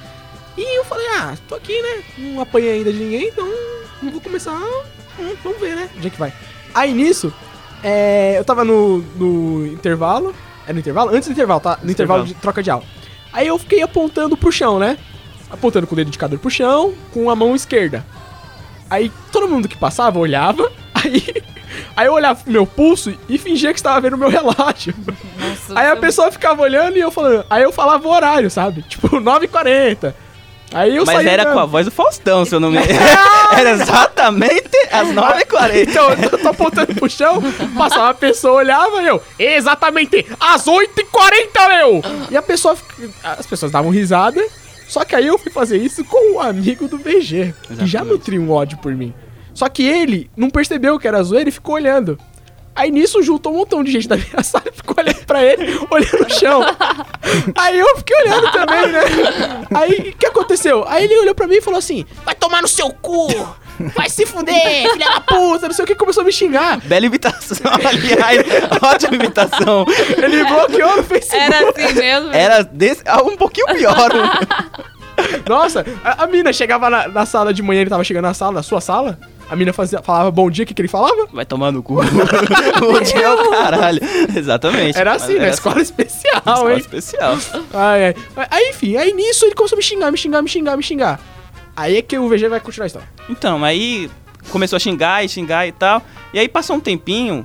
Speaker 2: E eu falei, ah, tô aqui, né? Não apanhei ainda de ninguém, então vou começar. hum, Vamos ver, né? Onde é que vai? Aí nisso, é, eu tava no, no intervalo. É no intervalo? Antes do intervalo, tá? No intervalo,
Speaker 8: intervalo.
Speaker 2: de troca de aula. Aí eu fiquei apontando pro chão, né? Apontando com o dedo indicador pro chão, com a mão esquerda. Aí todo mundo que passava olhava, <laughs> aí, aí eu olhava pro meu pulso e fingia que estava vendo o meu <laughs> relógio.
Speaker 7: Nossa,
Speaker 2: Aí a
Speaker 7: você-
Speaker 2: pessoa ficava olhando e eu falando. Aí eu falava o horário, sabe? Tipo, <laughs> 9h40. Aí eu
Speaker 8: Mas
Speaker 2: saía
Speaker 8: era
Speaker 2: andando.
Speaker 8: com a voz do Faustão, se eu não me. era exatamente às 9h40.
Speaker 2: <laughs> Então, eu tô apontando pro chão, passava a pessoa, olhava e eu, exatamente, às 8h40, meu! E a pessoa, fi- as pessoas davam risada, só que aí eu fui fazer isso com um amigo do BG, que já nutriu um ódio por mim. Só que ele não percebeu que era zoeira e ficou olhando. Aí nisso juntou um montão de gente da minha <laughs> sala e ficou olhando pra ele, olhando no chão. Aí eu fiquei olhando também, né? Aí o que aconteceu? Aí ele olhou pra mim e falou assim: vai tomar no seu cu! Vai se fuder, filha da puta, não sei o que, começou a me xingar.
Speaker 8: Bela imitação, <laughs> aliás. Ótima imitação.
Speaker 2: Ele me bloqueou no
Speaker 9: Então.
Speaker 2: Facebook.
Speaker 7: Era assim mesmo?
Speaker 8: Era desse, ah, um pouquinho pior.
Speaker 2: Nossa, a, a mina chegava na, na sala de manhã, ele tava chegando na sala, na sua sala. A mina fazia, falava bom dia, o que, que ele falava?
Speaker 8: <laughs> Vai tomar <laughs> no cu. Bom dia, é o caralho. Exatamente.
Speaker 2: Era assim,
Speaker 8: Mas
Speaker 2: na escola especial,
Speaker 8: Escola
Speaker 2: hein?
Speaker 8: especial.
Speaker 2: Ai, ai. Aí, enfim, aí nisso ele começou a me xingar, me xingar, me xingar, me xingar. Aí é que o VG vai continuar a história.
Speaker 8: Então, aí começou a xingar e xingar e tal. E aí passou um tempinho.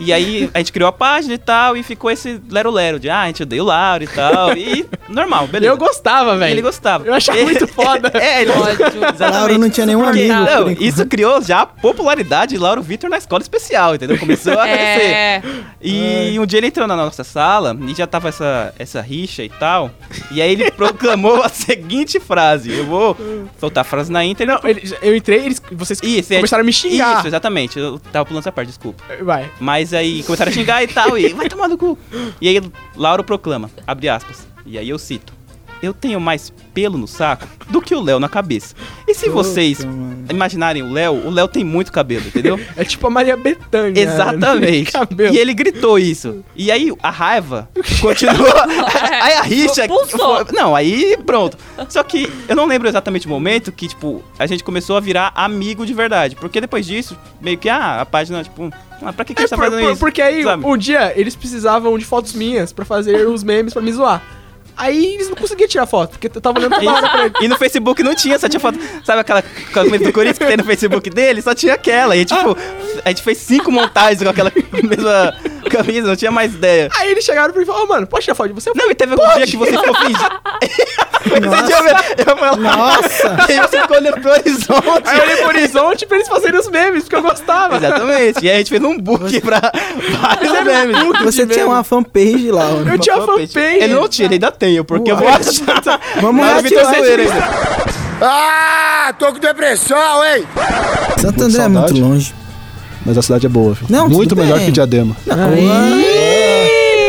Speaker 8: E aí a gente criou a página e tal. E ficou esse lero-lero de, ah, a gente odeia o Lauro e tal. E normal, beleza.
Speaker 2: Eu gostava, velho.
Speaker 8: Ele gostava.
Speaker 2: Eu achava muito foda.
Speaker 8: <laughs> É, ele
Speaker 7: Ódio.
Speaker 8: Exatamente.
Speaker 11: Lauro não tinha nenhum
Speaker 8: Porque-
Speaker 11: amigo, por
Speaker 8: Não,
Speaker 11: enquanto.
Speaker 8: isso criou já a popularidade de Lauro Vitor na escola especial, entendeu? Começou a crescer.
Speaker 7: É,
Speaker 8: E um dia ele entrou na nossa sala e já tava essa, essa rixa e tal. E aí ele <laughs> proclamou a seguinte frase. Eu vou soltar a frase na íntegra.
Speaker 2: Não, ele- eu entrei, eles, vocês
Speaker 8: Isso, é-
Speaker 2: começaram a me xingar.
Speaker 8: Isso, exatamente. Eu tava pulando essa parte, desculpa.
Speaker 2: Vai.
Speaker 8: Mas aí começaram a xingar e
Speaker 2: <laughs>
Speaker 8: tal, e vai tomar no cu. E aí Lauro proclama, abre aspas. E aí eu cito. Eu tenho mais pelo no saco do que o Léo na cabeça. E se vocês imaginarem o Léo, o Léo tem muito cabelo, entendeu?
Speaker 2: É tipo a Maria Bethânia.
Speaker 8: Exatamente.
Speaker 2: né? <laughs> Cabelo.
Speaker 8: E ele gritou isso. E aí
Speaker 2: <laughs>
Speaker 8: a raiva continuou. aí a rixa.
Speaker 7: Pulsou.
Speaker 8: foi- Não, aí pronto. Só que eu não lembro exatamente o momento que, tipo, a gente começou a virar amigo de verdade. Porque depois disso, meio que, ah, a página, tipo, ah, pra que, que a
Speaker 2: É,
Speaker 8: gente tá
Speaker 2: por-
Speaker 8: fazendo
Speaker 2: por-
Speaker 8: isso?
Speaker 2: Porque aí,
Speaker 8: Sabe?
Speaker 2: um dia, eles precisavam de fotos minhas pra fazer os memes pra me zoar. Aí eles não conseguiam tirar foto, porque eu tava olhando toda hora pra ele.
Speaker 8: <laughs> E no Facebook não tinha, só tinha foto. Sabe aquela camisa do Corinthians que tem no Facebook dele? Só tinha aquela. E tipo, a gente fez cinco montagens com aquela <laughs> mesma camisa, não tinha mais ideia.
Speaker 2: Aí eles chegaram pra mim e falaram, ô mano, posso tirar foto de você? Eu
Speaker 8: Não, e teve algum dia que você ficou fingindo. Você tinha ver- eu falei,
Speaker 11: Nossa!
Speaker 8: E <laughs> aí você ficou olhando pro
Speaker 2: falei,
Speaker 8: horizonte.
Speaker 2: Aí eu olhei pro horizonte pra eles fazerem os memes, porque eu gostava.
Speaker 8: <laughs> Exatamente. E aí a gente fez um book pra vários memes.
Speaker 11: Você tinha uma fanpage lá. ó.
Speaker 2: Eu tinha fanpage.
Speaker 8: Ele não tinha, ele ainda tem, eu, porque eu vou achar.
Speaker 1: <laughs>
Speaker 11: Vamos
Speaker 8: Mas
Speaker 11: lá,
Speaker 8: o Vitor
Speaker 11: ativar.
Speaker 8: Santos ainda.
Speaker 5: Ah, tô com depressão, hein?
Speaker 11: Santo André é muito
Speaker 12: saudade.
Speaker 11: longe.
Speaker 12: Mas a cidade é boa, filho.
Speaker 11: Não,
Speaker 12: Muito
Speaker 11: tudo
Speaker 12: melhor
Speaker 11: bem.
Speaker 12: que Diadema.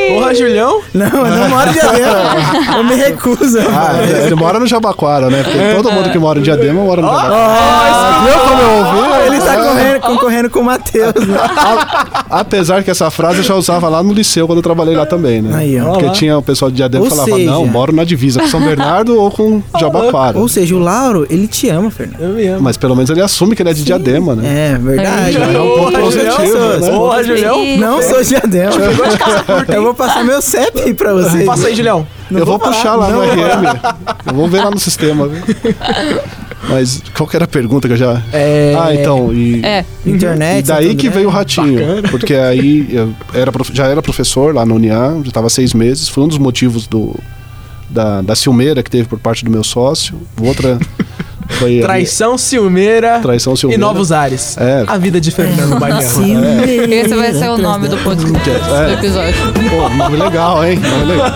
Speaker 2: Porra, Julião.
Speaker 11: <laughs> Não, eu não moro em Diadema. Eu me recuso.
Speaker 12: Ah, ele,
Speaker 11: É.
Speaker 12: ele mora no Jabaquara, né? Porque todo mundo que mora em Diadema mora no Jabaquara.
Speaker 11: Ah,
Speaker 12: Viu como eu
Speaker 10: Ah,
Speaker 12: ouvi?
Speaker 11: ele
Speaker 10: é.
Speaker 11: tá correndo, concorrendo com o Matheus.
Speaker 12: Ah,
Speaker 11: né?
Speaker 12: A- apesar que essa frase eu já usava lá no liceu quando eu trabalhei lá também, né?
Speaker 11: Aí, ó.
Speaker 12: Porque tinha o pessoal de Diadema
Speaker 11: Ou
Speaker 12: que falava,
Speaker 11: seja-
Speaker 12: não, moro na divisa com São Bernardo
Speaker 11: <laughs>
Speaker 12: ou com Jabaquara.
Speaker 11: Ou seja, o Lauro, ele te ama, Fernando.
Speaker 2: Eu me amo.
Speaker 12: Mas pelo menos ele assume que ele é de Diadema, né?
Speaker 11: É, verdade.
Speaker 12: Já é um ponto positivo, né?
Speaker 2: Porra, Julião.
Speaker 7: Ih,
Speaker 11: Não sou diadema. Eu vou passar meu CEP aí pra vocês.
Speaker 2: Passa aí, Julião.
Speaker 11: Não
Speaker 12: eu vou,
Speaker 11: falar.
Speaker 12: puxar lá
Speaker 11: Não
Speaker 1: <laughs>
Speaker 11: vou
Speaker 12: no
Speaker 11: falar.
Speaker 12: RM. Eu vou ver lá no sistema. viu? Mas qual que era a pergunta que eu já.
Speaker 2: É...
Speaker 12: Ah, então. E,
Speaker 7: é.
Speaker 11: Internet.
Speaker 12: e daí
Speaker 11: Santo
Speaker 12: que
Speaker 1: né?
Speaker 11: André.
Speaker 12: veio o ratinho. Porque aí eu era, prof- já era professor lá no Uniá, já estava seis meses. Foi um dos motivos do, da, da ciumeira que teve por parte do meu sócio. Outra. Foi a
Speaker 2: Traição, ciumeira,
Speaker 12: Traição
Speaker 2: e
Speaker 12: Silveira.
Speaker 2: novos ares.
Speaker 12: É.
Speaker 2: A vida de Fernando Bairro.
Speaker 7: Esse vai
Speaker 4: é
Speaker 7: ser o nome do podcast
Speaker 2: É.
Speaker 7: do episódio.
Speaker 12: Pô, nome legal, hein? Nome legal.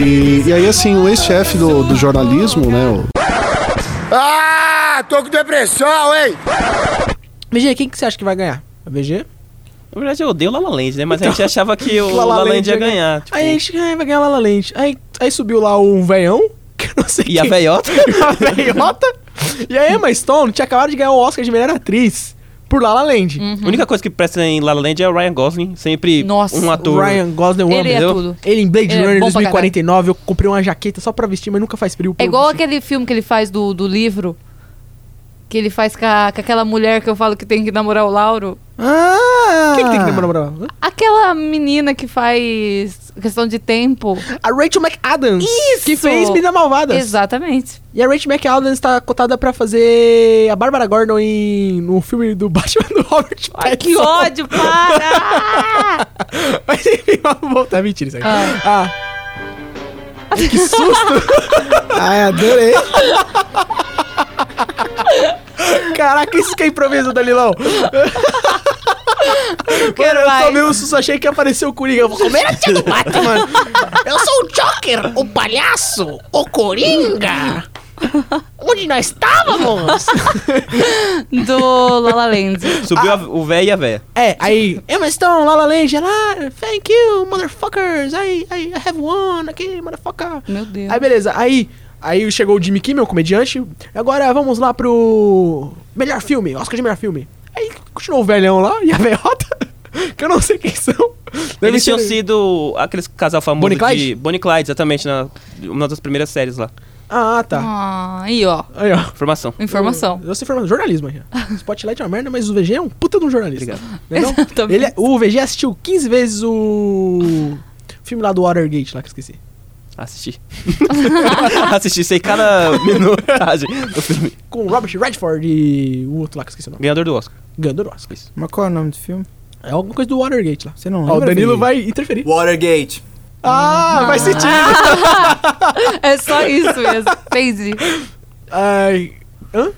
Speaker 12: E, e aí, assim, o ex-chefe do, do jornalismo, né? o-
Speaker 5: Ah, tô com depressão, hein?
Speaker 2: VG, quem que você acha que vai ganhar? A VG?
Speaker 8: Na verdade, eu odeio o Lala Land, né? Mas a gente
Speaker 2: Então,
Speaker 8: achava que o
Speaker 2: La La
Speaker 8: Lala
Speaker 2: Land
Speaker 8: Land ia
Speaker 2: ia
Speaker 8: ganhar. tipo,
Speaker 2: Aí a gente ah, vai ganhar a Lala Land. Aí, aí subiu lá um veião, <laughs> que eu não sei
Speaker 8: E a
Speaker 2: quem-
Speaker 8: veiota?
Speaker 2: E a veiota. e a Emma Stone tinha acabado de ganhar o Oscar de melhor atriz por Lala Land.
Speaker 8: A única coisa que presta em Lala Land é o Ryan Gosling. Sempre um ator.
Speaker 2: Ryan Gosling, eu amo,
Speaker 8: Ele é
Speaker 2: entendeu?
Speaker 8: tudo.
Speaker 2: Ele em Blade
Speaker 4: Ele é
Speaker 2: Runner
Speaker 4: bom pra
Speaker 2: 2049, eu comprei uma jaqueta só pra vestir, mas nunca faz frio.
Speaker 4: É
Speaker 2: pô.
Speaker 4: igual aquele filme que ele faz do, do livro. Que ele faz com, a- com aquela mulher ah, que eu falo que tem que namorar o Lauro.
Speaker 2: Ah! Quem que tem que namorar?
Speaker 4: Aquela menina que faz questão de tempo.
Speaker 2: A Rachel McAdams.
Speaker 4: Isso!
Speaker 2: Que fez Meninas Malvadas.
Speaker 4: Exatamente.
Speaker 2: E a Rachel McAdams está cotada pra fazer a Bárbara Gordon em, no filme do <laughs> Batman do Robert Pattinson. Ai,
Speaker 7: que ódio, para!
Speaker 2: Mas enfim, vamos voltar. Mentira isso aqui. Ah. Que
Speaker 11: susto! Ai, adorei.
Speaker 2: Caraca, isso que é improviso, Danilão. Mano, eu tomei um susto, achei que apareceu o Coringa. Eu vou comer a tia do Batman. Eu sou o Joker, o palhaço, o Coringa. Onde nós estávamos?
Speaker 7: <laughs> Do Lala Land.
Speaker 8: Subiu a- o véio e a véia.
Speaker 2: É, aí, Emma Stone, Lala Land, ela, thank you, motherfuckers, I, I, I have one, aqui, motherfucker.
Speaker 7: Meu Deus.
Speaker 2: Aí, beleza, aí, aí chegou o Jimmy Kimmel, comediante, agora vamos lá pro melhor filme, Oscar de melhor filme. Aí, continuou o velhão lá, e a velhota, <laughs> que eu não sei quem são. Deve
Speaker 8: Eles tinham
Speaker 2: ser-
Speaker 8: sido aqueles casal famoso
Speaker 2: Bonnie e Clyde?
Speaker 8: de... Bonnie e Clyde, exatamente, na, uma das primeiras séries lá.
Speaker 2: Ah, tá.
Speaker 7: Ah, aí, ó.
Speaker 2: Aí, ó.
Speaker 8: Formação.
Speaker 10: Hum.
Speaker 7: Informação.
Speaker 2: Eu, eu sei informação, jornalismo aqui.
Speaker 8: <laughs>
Speaker 2: ó. Spotlight é uma merda, mas o VG é um puta de um jornalista. Entendeu?
Speaker 7: Exatamente.
Speaker 2: Ele, é- o VG assistiu 15 vezes o filme lá do Watergate, lá que eu esqueci.
Speaker 8: Assisti. <laughs> Assisti, sei
Speaker 13: <laughs>
Speaker 8: cada minutagem do filme.
Speaker 2: Com o Robert Redford e o outro lá que eu esqueci o nome.
Speaker 8: Ganhador do Oscar.
Speaker 2: Ganhador do Oscar.
Speaker 11: Mas qual é o nome do filme?
Speaker 2: É alguma coisa do Watergate lá.
Speaker 11: Você não
Speaker 2: Ó, o
Speaker 11: lembra,
Speaker 2: Danilo
Speaker 11: Felipe?
Speaker 2: vai interferir.
Speaker 11: Watergate.
Speaker 2: Ah, faz sentido. Uh.
Speaker 4: É só isso mesmo. <laughs> Entendi.
Speaker 2: Ai. Hã?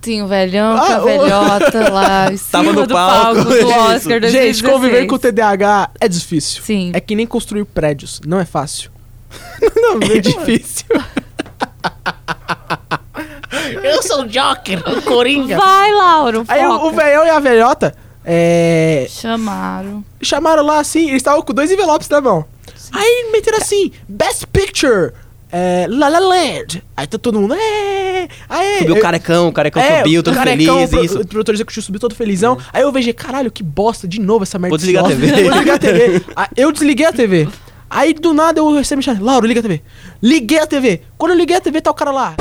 Speaker 4: Tinha o velhão, tinha
Speaker 2: Ah,
Speaker 4: a
Speaker 2: o-
Speaker 4: velhota lá
Speaker 2: <laughs>
Speaker 4: em cima
Speaker 8: Tava no
Speaker 4: do palco,
Speaker 8: palco,
Speaker 4: do
Speaker 8: isso.
Speaker 4: Oscar 2016.
Speaker 2: Gente, conviver com o TDAH é difícil. Sim. É que nem construir prédios. Não é fácil. <laughs> não, <laughs> é difícil. Eu sou o Joker, o Coringa.
Speaker 7: Vai, Lauro,
Speaker 2: Aí o,
Speaker 7: foca.
Speaker 2: o velhão e a velhota é,
Speaker 7: Chamaram.
Speaker 2: chamaram lá assim, eles estavam com dois envelopes na mão. Aí meteram assim, Best Picture, é, La La Land. Aí tá todo mundo, é, aê.
Speaker 8: Subiu o carecão, o carecão
Speaker 13: É,
Speaker 8: subiu, todo feliz,
Speaker 2: pro-
Speaker 8: isso.
Speaker 2: É,
Speaker 8: É.
Speaker 2: O produtor executivo subiu todo felizão. Aí eu vejo, caralho, que bosta, de novo essa merda.
Speaker 8: Vou desligar a
Speaker 2: desse
Speaker 8: TV.
Speaker 2: Oscar. Vou desligar a TV.
Speaker 8: <laughs>
Speaker 2: Ah, eu desliguei a TV. Aí do nada eu recebi mensagem, Lauro, liga a TV. Liguei a TV. Quando eu liguei a TV, tá o cara lá.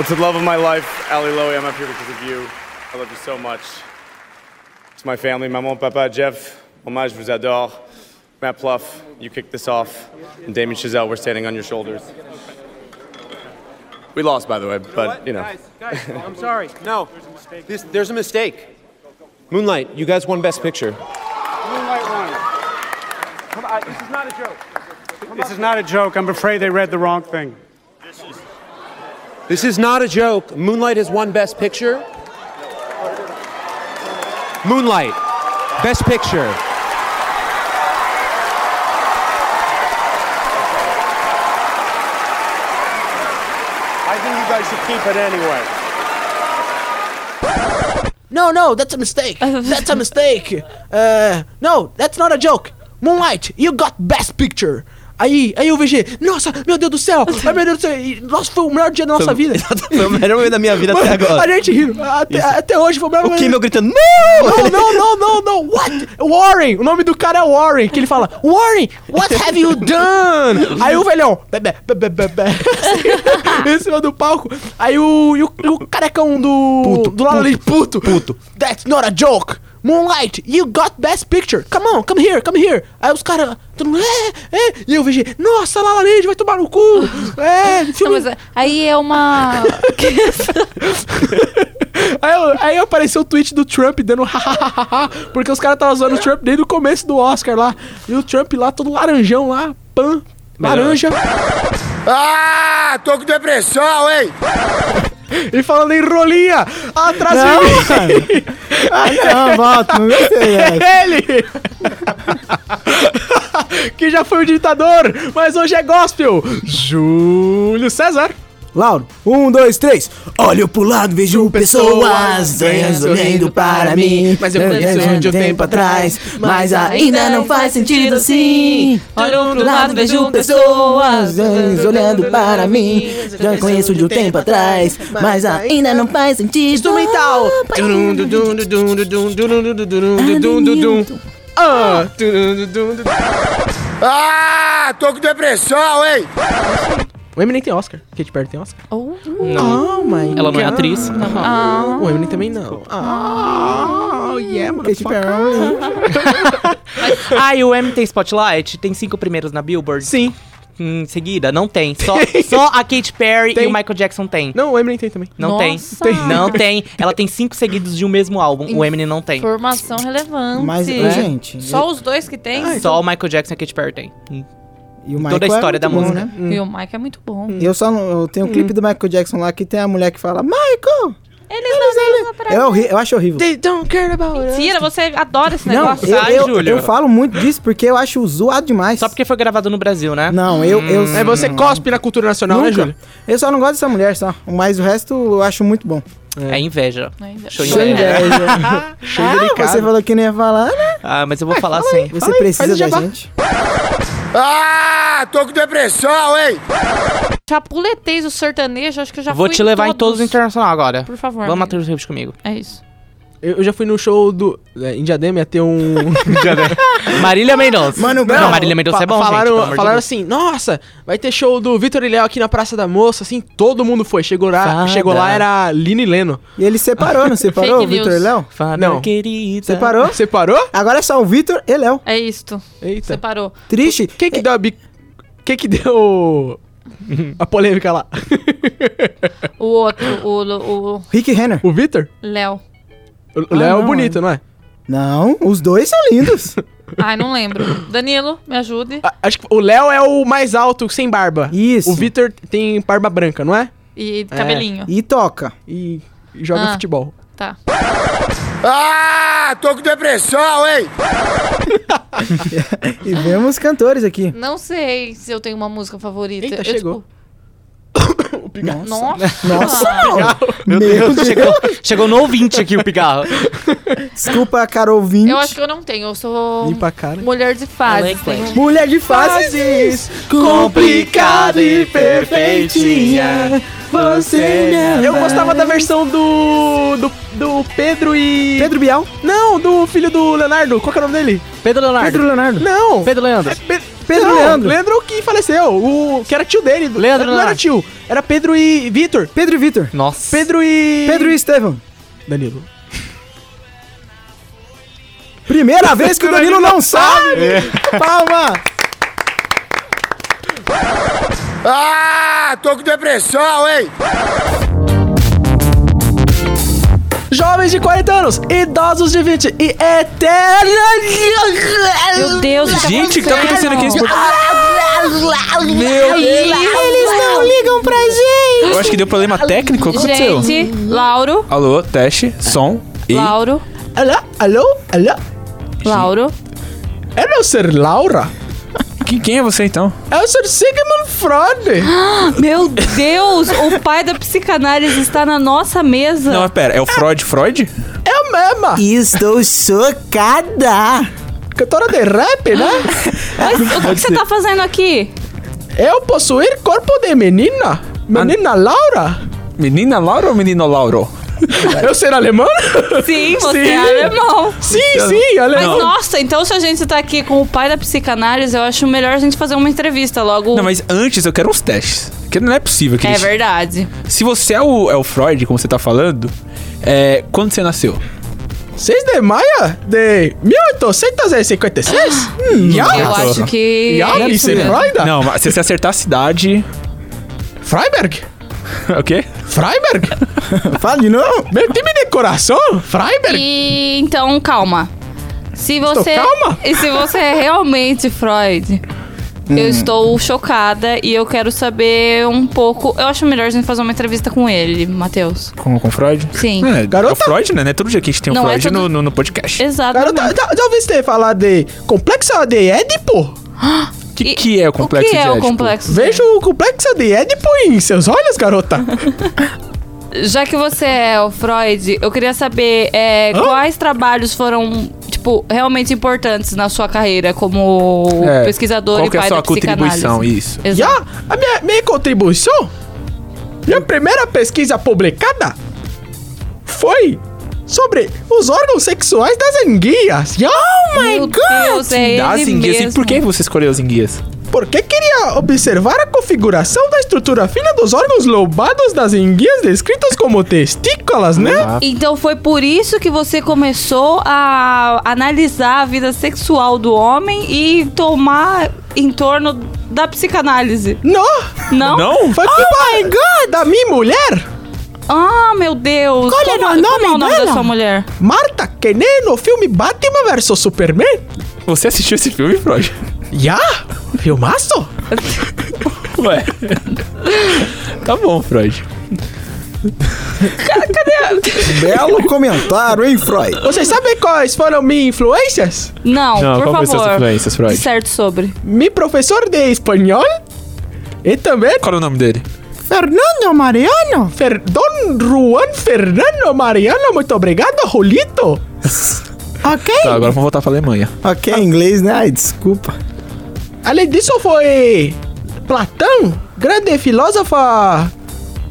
Speaker 14: It's the love of my life, Ali Lowy. I'm up here because of you. I love you so much. It's my family, maman, papa, Jeff, hommage, vous adore. Matt Pluff, you kicked this off. And Damien Chazelle, we're standing on your shoulders. We lost, by the way, but you know.
Speaker 15: Guys, I'm sorry. No, this, there's a mistake. Moonlight, you guys won Best Picture.
Speaker 14: Moonlight won. Come on, this is not a joke.
Speaker 15: This is not a joke. I'm afraid they read the wrong thing.
Speaker 14: This is
Speaker 15: This is not a joke. Moonlight has won Best Picture. Moonlight, Best Picture.
Speaker 14: I think you guys should keep it anyway.
Speaker 2: No, no, that's a mistake. That's
Speaker 15: <laughs>
Speaker 2: a mistake. Uh, no, that's not a joke. Moonlight, you got best picture. Aí, aí o VG, nossa, meu Deus do
Speaker 15: <laughs>
Speaker 2: céu, ai meu Deus do céu, e, nossa, foi o melhor dia da nossa
Speaker 8: Foi-
Speaker 2: vida.
Speaker 8: Foi o melhor momento da minha vida até
Speaker 2: Mano,
Speaker 8: agora.
Speaker 2: A gente riu, até,
Speaker 8: Isso.
Speaker 2: até hoje foi o melhor
Speaker 8: O Kimmel gritando,
Speaker 2: Não,
Speaker 8: não!
Speaker 2: não, não, não, não, what? Warren, o nome do cara é Warren, que ele fala, Warren, what have you done? Aí o velhão, bebê, bebê, bebê, <laughs> em cima do palco. Aí o, e o, e o carecão do, do lado ali, puto, puto, that's not a joke. Moonlight, you got best picture. Come on, come here, come here. Aí os caras, todo mundo, é, é. E eu vejo, nossa, Lala Land vai tomar no cu. É, filme...
Speaker 4: Aí é uma...
Speaker 2: Aí, eu- aí apareceu o tweet do Trump dando hahaha, porque os caras estavam zoando o Trump desde o começo do Oscar lá. E o Trump lá, todo laranjão lá, pan. Laranja.
Speaker 5: Ah, tô com depressão, hein?
Speaker 2: E falando em rolinha, atrás
Speaker 5: Não,
Speaker 2: de mim.
Speaker 15: Ah, não, volta, não gostei
Speaker 1: é.
Speaker 2: <laughs>
Speaker 15: dessa.
Speaker 2: Ele. que já foi o ditador, mas hoje é gospel. Júlio César.
Speaker 8: Lauro, um, dois, três. Olho pro lado, vejo pessoas estranhas olhando para mim.
Speaker 10: Mas eu
Speaker 8: Tanto
Speaker 10: conheço
Speaker 8: tempo
Speaker 10: de um tempo
Speaker 8: atrás, mas ainda não faz sentido assim.
Speaker 7: um
Speaker 8: Olho pro lado, vejo pessoas estranhas olhando para mim. Já conheço de um tempo atrás, mas ainda não faz sentido. Instrumental.
Speaker 5: Ah, tô com depressão, hein?
Speaker 2: O Eminem tem Oscar. Kate Perry tem Oscar?
Speaker 10: Não.
Speaker 8: <laughs>
Speaker 2: Oh, my
Speaker 10: Ela não é
Speaker 2: God.
Speaker 10: atriz.
Speaker 2: Ah. O Eminem também não. Ah, oh, yeah,
Speaker 13: Ah, e o M tem Spotlight? Tem cinco primeiros na Billboard?
Speaker 2: Sim.
Speaker 13: Em seguida? Não tem.
Speaker 8: <laughs>
Speaker 13: Só, só a Katy Perry e o Michael Jackson tem.
Speaker 2: Não, o Eminem tem também.
Speaker 13: Não
Speaker 7: Nossa.
Speaker 13: tem. Não tem. Ela tem cinco seguidos de um mesmo álbum. O Eminem não tem.
Speaker 7: Informação relevante.
Speaker 13: Mas, ô, gente,
Speaker 7: Só
Speaker 13: eu-
Speaker 7: os dois que tem?
Speaker 13: Só o Michael Jackson e a Katy Perry tem.
Speaker 8: E o
Speaker 13: Toda a
Speaker 8: Michael é
Speaker 13: história da
Speaker 8: muito bom,
Speaker 13: música.
Speaker 8: né? Hum.
Speaker 7: E o Mike é muito bom.
Speaker 8: Eu só não. Eu tenho um clipe do Michael Jackson lá que tem a mulher que fala, Michael!
Speaker 7: Eles não ligam pra
Speaker 8: É horri- eu acho horrível.
Speaker 7: They
Speaker 2: don't care about
Speaker 7: Mentira, você adora esse
Speaker 8: Não,
Speaker 7: negócio.
Speaker 8: eu, eu- eu falo muito disso porque eu acho zoado demais. Só Hum.
Speaker 13: porque foi gravado no Brasil, né?
Speaker 8: Não, eu. eu
Speaker 2: É você cospe na cultura nacional, né,
Speaker 8: Nunca.
Speaker 2: Júlio?
Speaker 8: Eu só não gosto dessa mulher, só. Mas o resto eu acho muito bom.
Speaker 13: É, inveja. Show
Speaker 8: Show de
Speaker 13: inveja.
Speaker 8: <laughs> inveja.
Speaker 13: Show
Speaker 8: Ah,
Speaker 13: delicado.
Speaker 8: Você falou que não ia falar, né?
Speaker 13: Ah, mas eu vou falar
Speaker 8: fala aí,
Speaker 13: sim.
Speaker 8: Você fala aí, precisa faz o da jabá. gente?
Speaker 5: Ah, tô com depressão, hein?
Speaker 7: Chapuletei o sertanejo, acho que eu já
Speaker 13: Vou
Speaker 7: fui
Speaker 13: te levar em todos então. os internacional agora.
Speaker 7: Por favor,
Speaker 13: Vamos,
Speaker 7: amigo.
Speaker 13: Matheus Reis, comigo.
Speaker 7: É isso.
Speaker 2: Eu, eu já fui no show do. é, em Diadema ia ter
Speaker 13: <laughs>
Speaker 2: um.
Speaker 13: Marília Mendonça. Mano Brown. Não, Marília Mendonça é bom, gente,
Speaker 2: Falaram,
Speaker 13: pelo amor de
Speaker 2: falaram
Speaker 13: Deus.
Speaker 2: assim: nossa, vai ter show do Vitor e Léo aqui na Praça da Moça. Assim, todo mundo foi. Chegou lá,
Speaker 8: Fada.
Speaker 2: chegou lá era Lino e Leno.
Speaker 8: E ele separou, não separou, o Vitor e Léo?
Speaker 2: Não.
Speaker 8: Separou?
Speaker 2: Separou?
Speaker 8: Agora é só o Vitor e Léo.
Speaker 7: É isto.
Speaker 2: Eita. É-
Speaker 7: Separou.
Speaker 8: Triste.
Speaker 2: Quem que deu a bi... Quem que deu <laughs> a polêmica lá? <laughs>
Speaker 7: O outro, o, o
Speaker 8: Rick Renner.
Speaker 2: O Vitor?
Speaker 7: Léo.
Speaker 2: O Léo
Speaker 8: Ah,
Speaker 2: é
Speaker 8: não,
Speaker 2: bonito, não é?
Speaker 8: Não, os dois são <laughs> lindos.
Speaker 7: Ai, não <coughs> lembro. Danilo, me ajude.
Speaker 2: Acho que o Léo é o mais alto, sem barba. Isso. O Vitor tem barba branca, não é?
Speaker 7: E cabelinho.
Speaker 8: E toca.
Speaker 2: E, e joga
Speaker 7: Ah.
Speaker 2: futebol.
Speaker 7: Tá.
Speaker 5: Ah, tô com depressão, hein?
Speaker 8: E vemos cantores aqui.
Speaker 7: Não sei se eu tenho uma música favorita.
Speaker 2: Eita,
Speaker 7: Eu,
Speaker 2: chegou.
Speaker 7: tipo, Nossa.
Speaker 13: Meu Deus, chegou, chegou no ouvinte aqui o pigarro.
Speaker 8: Desculpa, Carol Vinte.
Speaker 7: Eu acho que eu não tenho. Eu sou
Speaker 8: Limpa a cara.
Speaker 7: mulher de fases. Tenho...
Speaker 8: Mulher de fases,
Speaker 2: complicada e
Speaker 8: perfeitinha. Você é
Speaker 2: Eu gostava da versão do, do. do Pedro e.
Speaker 8: Pedro Bial?
Speaker 2: Não, do filho do Leonardo. Qual que é o nome dele?
Speaker 13: Pedro Leonardo.
Speaker 2: Pedro
Speaker 8: Leonardo.
Speaker 2: Não!
Speaker 13: Pedro Leandro.
Speaker 2: Pedro não,
Speaker 8: Leandro.
Speaker 2: Leandro é o que faleceu. O que era tio dele. Leandro não era
Speaker 8: Leonardo.
Speaker 2: tio. Era Pedro e Vitor.
Speaker 8: Pedro e Vitor.
Speaker 13: Nossa.
Speaker 2: Pedro e.
Speaker 8: Pedro e Estevão.
Speaker 2: Danilo.
Speaker 8: Primeira vez que o Danilo não sabe.
Speaker 5: É.
Speaker 8: Palma.
Speaker 5: Ah, tô com depressão, hein?
Speaker 2: Jovens de 40 anos, idosos de 20 e eternos.
Speaker 7: Meu Deus,
Speaker 10: Gente, o que tá acontecendo aqui nesse
Speaker 2: Meu
Speaker 10: Eles não
Speaker 8: ligam pra gente.
Speaker 16: Eu acho que deu problema técnico. O que aconteceu?
Speaker 7: Gente, Lauro.
Speaker 16: Alô, teste, som e.
Speaker 7: Lauro.
Speaker 2: Alô, alô, alô.
Speaker 7: Lauro.
Speaker 2: É meu ser Laura?
Speaker 16: Quem, quem é você então?
Speaker 2: É o Sr. Sigmund Freud.
Speaker 7: Meu Deus, o pai da psicanálise está na nossa mesa.
Speaker 16: Não, mas pera, é o Freud Freud?
Speaker 2: Eu É mesma.
Speaker 8: Estou chocada.
Speaker 2: Cantora de rap, né?
Speaker 7: Mas o que, que você tá fazendo aqui?
Speaker 2: Eu É possuir corpo de menina? Menina Laura?
Speaker 16: Menina Laura ou menino Lauro?
Speaker 2: Eu ser <laughs> alemão?
Speaker 7: Sim, você é alemão.
Speaker 2: Sim, sim, alemão.
Speaker 7: Mas nossa, então se a gente tá aqui com o pai da psicanálise, eu acho melhor a gente fazer uma entrevista logo.
Speaker 16: Não, mas antes eu quero uns testes. Porque não é possível que
Speaker 7: É
Speaker 16: eles-
Speaker 7: verdade.
Speaker 16: Se você é o, é o Freud, como você tá falando, é, quando você nasceu?
Speaker 2: 6 de maio de 1856? Hum,
Speaker 7: Ah.
Speaker 1: Ah,
Speaker 7: Eu acho que.
Speaker 2: Já,
Speaker 7: é
Speaker 2: isso é
Speaker 7: mesmo.
Speaker 2: Freud?
Speaker 16: Não, mas se você acertar a cidade.
Speaker 2: Freiberg?
Speaker 16: <laughs> o quê? <laughs>
Speaker 2: Freiberg?
Speaker 8: Fala de novo.
Speaker 2: Meu time de coração? Freiberg?
Speaker 7: E então, calma. Se
Speaker 2: Estou
Speaker 7: você.
Speaker 2: calma?
Speaker 7: E se você é realmente Freud,
Speaker 1: Hum.
Speaker 7: Eu estou chocada e eu quero saber um pouco. Eu acho melhor a gente fazer uma entrevista com ele, Matheus.
Speaker 1: Com, com o Freud?
Speaker 7: Sim.
Speaker 1: É, garota. É o Freud, né? Não é todo dia que a gente tem o
Speaker 7: Não é
Speaker 1: Freud
Speaker 7: todo-
Speaker 1: no, tá, no, no podcast.
Speaker 16: tá
Speaker 7: Exato.
Speaker 2: Garota, já, já ouviu você falar de complexo de Édipo?
Speaker 1: O que, que é o complexo
Speaker 2: que é
Speaker 1: de
Speaker 2: o
Speaker 1: Édipo?
Speaker 7: complexo
Speaker 2: Veja
Speaker 16: É.
Speaker 2: o complexo de Édipo em seus
Speaker 16: <laughs>
Speaker 2: olhos, garota.
Speaker 7: Já que você é o Freud, eu queria saber é, quais trabalhos foram, tipo, realmente importantes na sua carreira como
Speaker 1: É,
Speaker 7: pesquisador
Speaker 1: qual
Speaker 7: e
Speaker 1: que é
Speaker 7: pai
Speaker 1: a sua
Speaker 7: da psicanálise.
Speaker 1: contribuição? Isso.
Speaker 7: Exato.
Speaker 2: A minha, minha contribuição, minha primeira pesquisa publicada foi sobre os órgãos sexuais das anguias. Oh my god!
Speaker 7: Deus, é
Speaker 1: Das
Speaker 7: ele
Speaker 1: enguias. E
Speaker 7: mesmo.
Speaker 1: por que você escolheu as enguias?
Speaker 2: Porque queria observar a configuração da estrutura fina dos órgãos lobados das enguias descritos como testículas, né?
Speaker 7: Então foi por isso que você começou a analisar a vida sexual do homem e tomar em torno da psicanálise.
Speaker 2: Não!
Speaker 7: Não?
Speaker 2: Foi
Speaker 7: oh
Speaker 2: culpa
Speaker 7: my God!
Speaker 2: da minha mulher!
Speaker 7: Ah, meu Deus!
Speaker 2: Qual
Speaker 7: como,
Speaker 2: era o nome
Speaker 7: como é o nome
Speaker 2: dela?
Speaker 7: da sua mulher?
Speaker 2: Marta, que nem no filme Batman vs Superman.
Speaker 1: Você assistiu esse filme, Freud?
Speaker 2: Já? Filmaço?
Speaker 1: Ué. tá bom, Freud.
Speaker 11: Belo comentário, hein, Freud?
Speaker 2: Vocês sabem quais foram minhas influências?
Speaker 7: Não,
Speaker 1: Não,
Speaker 7: por
Speaker 1: qual foi
Speaker 7: favor.
Speaker 1: suas influências, Freud?
Speaker 7: De certo sobre.
Speaker 2: Meu professor de espanhol e também...
Speaker 1: Qual é o nome dele?
Speaker 2: Fernando Mariano. Fer Don Juan Fernando Mariano, muito obrigado, Julito. ok.
Speaker 1: Tá, agora vamos voltar pra Alemanha.
Speaker 11: Ok, em inglês, né? Ai, desculpa.
Speaker 2: Além disso, foi Platão, grande filósofa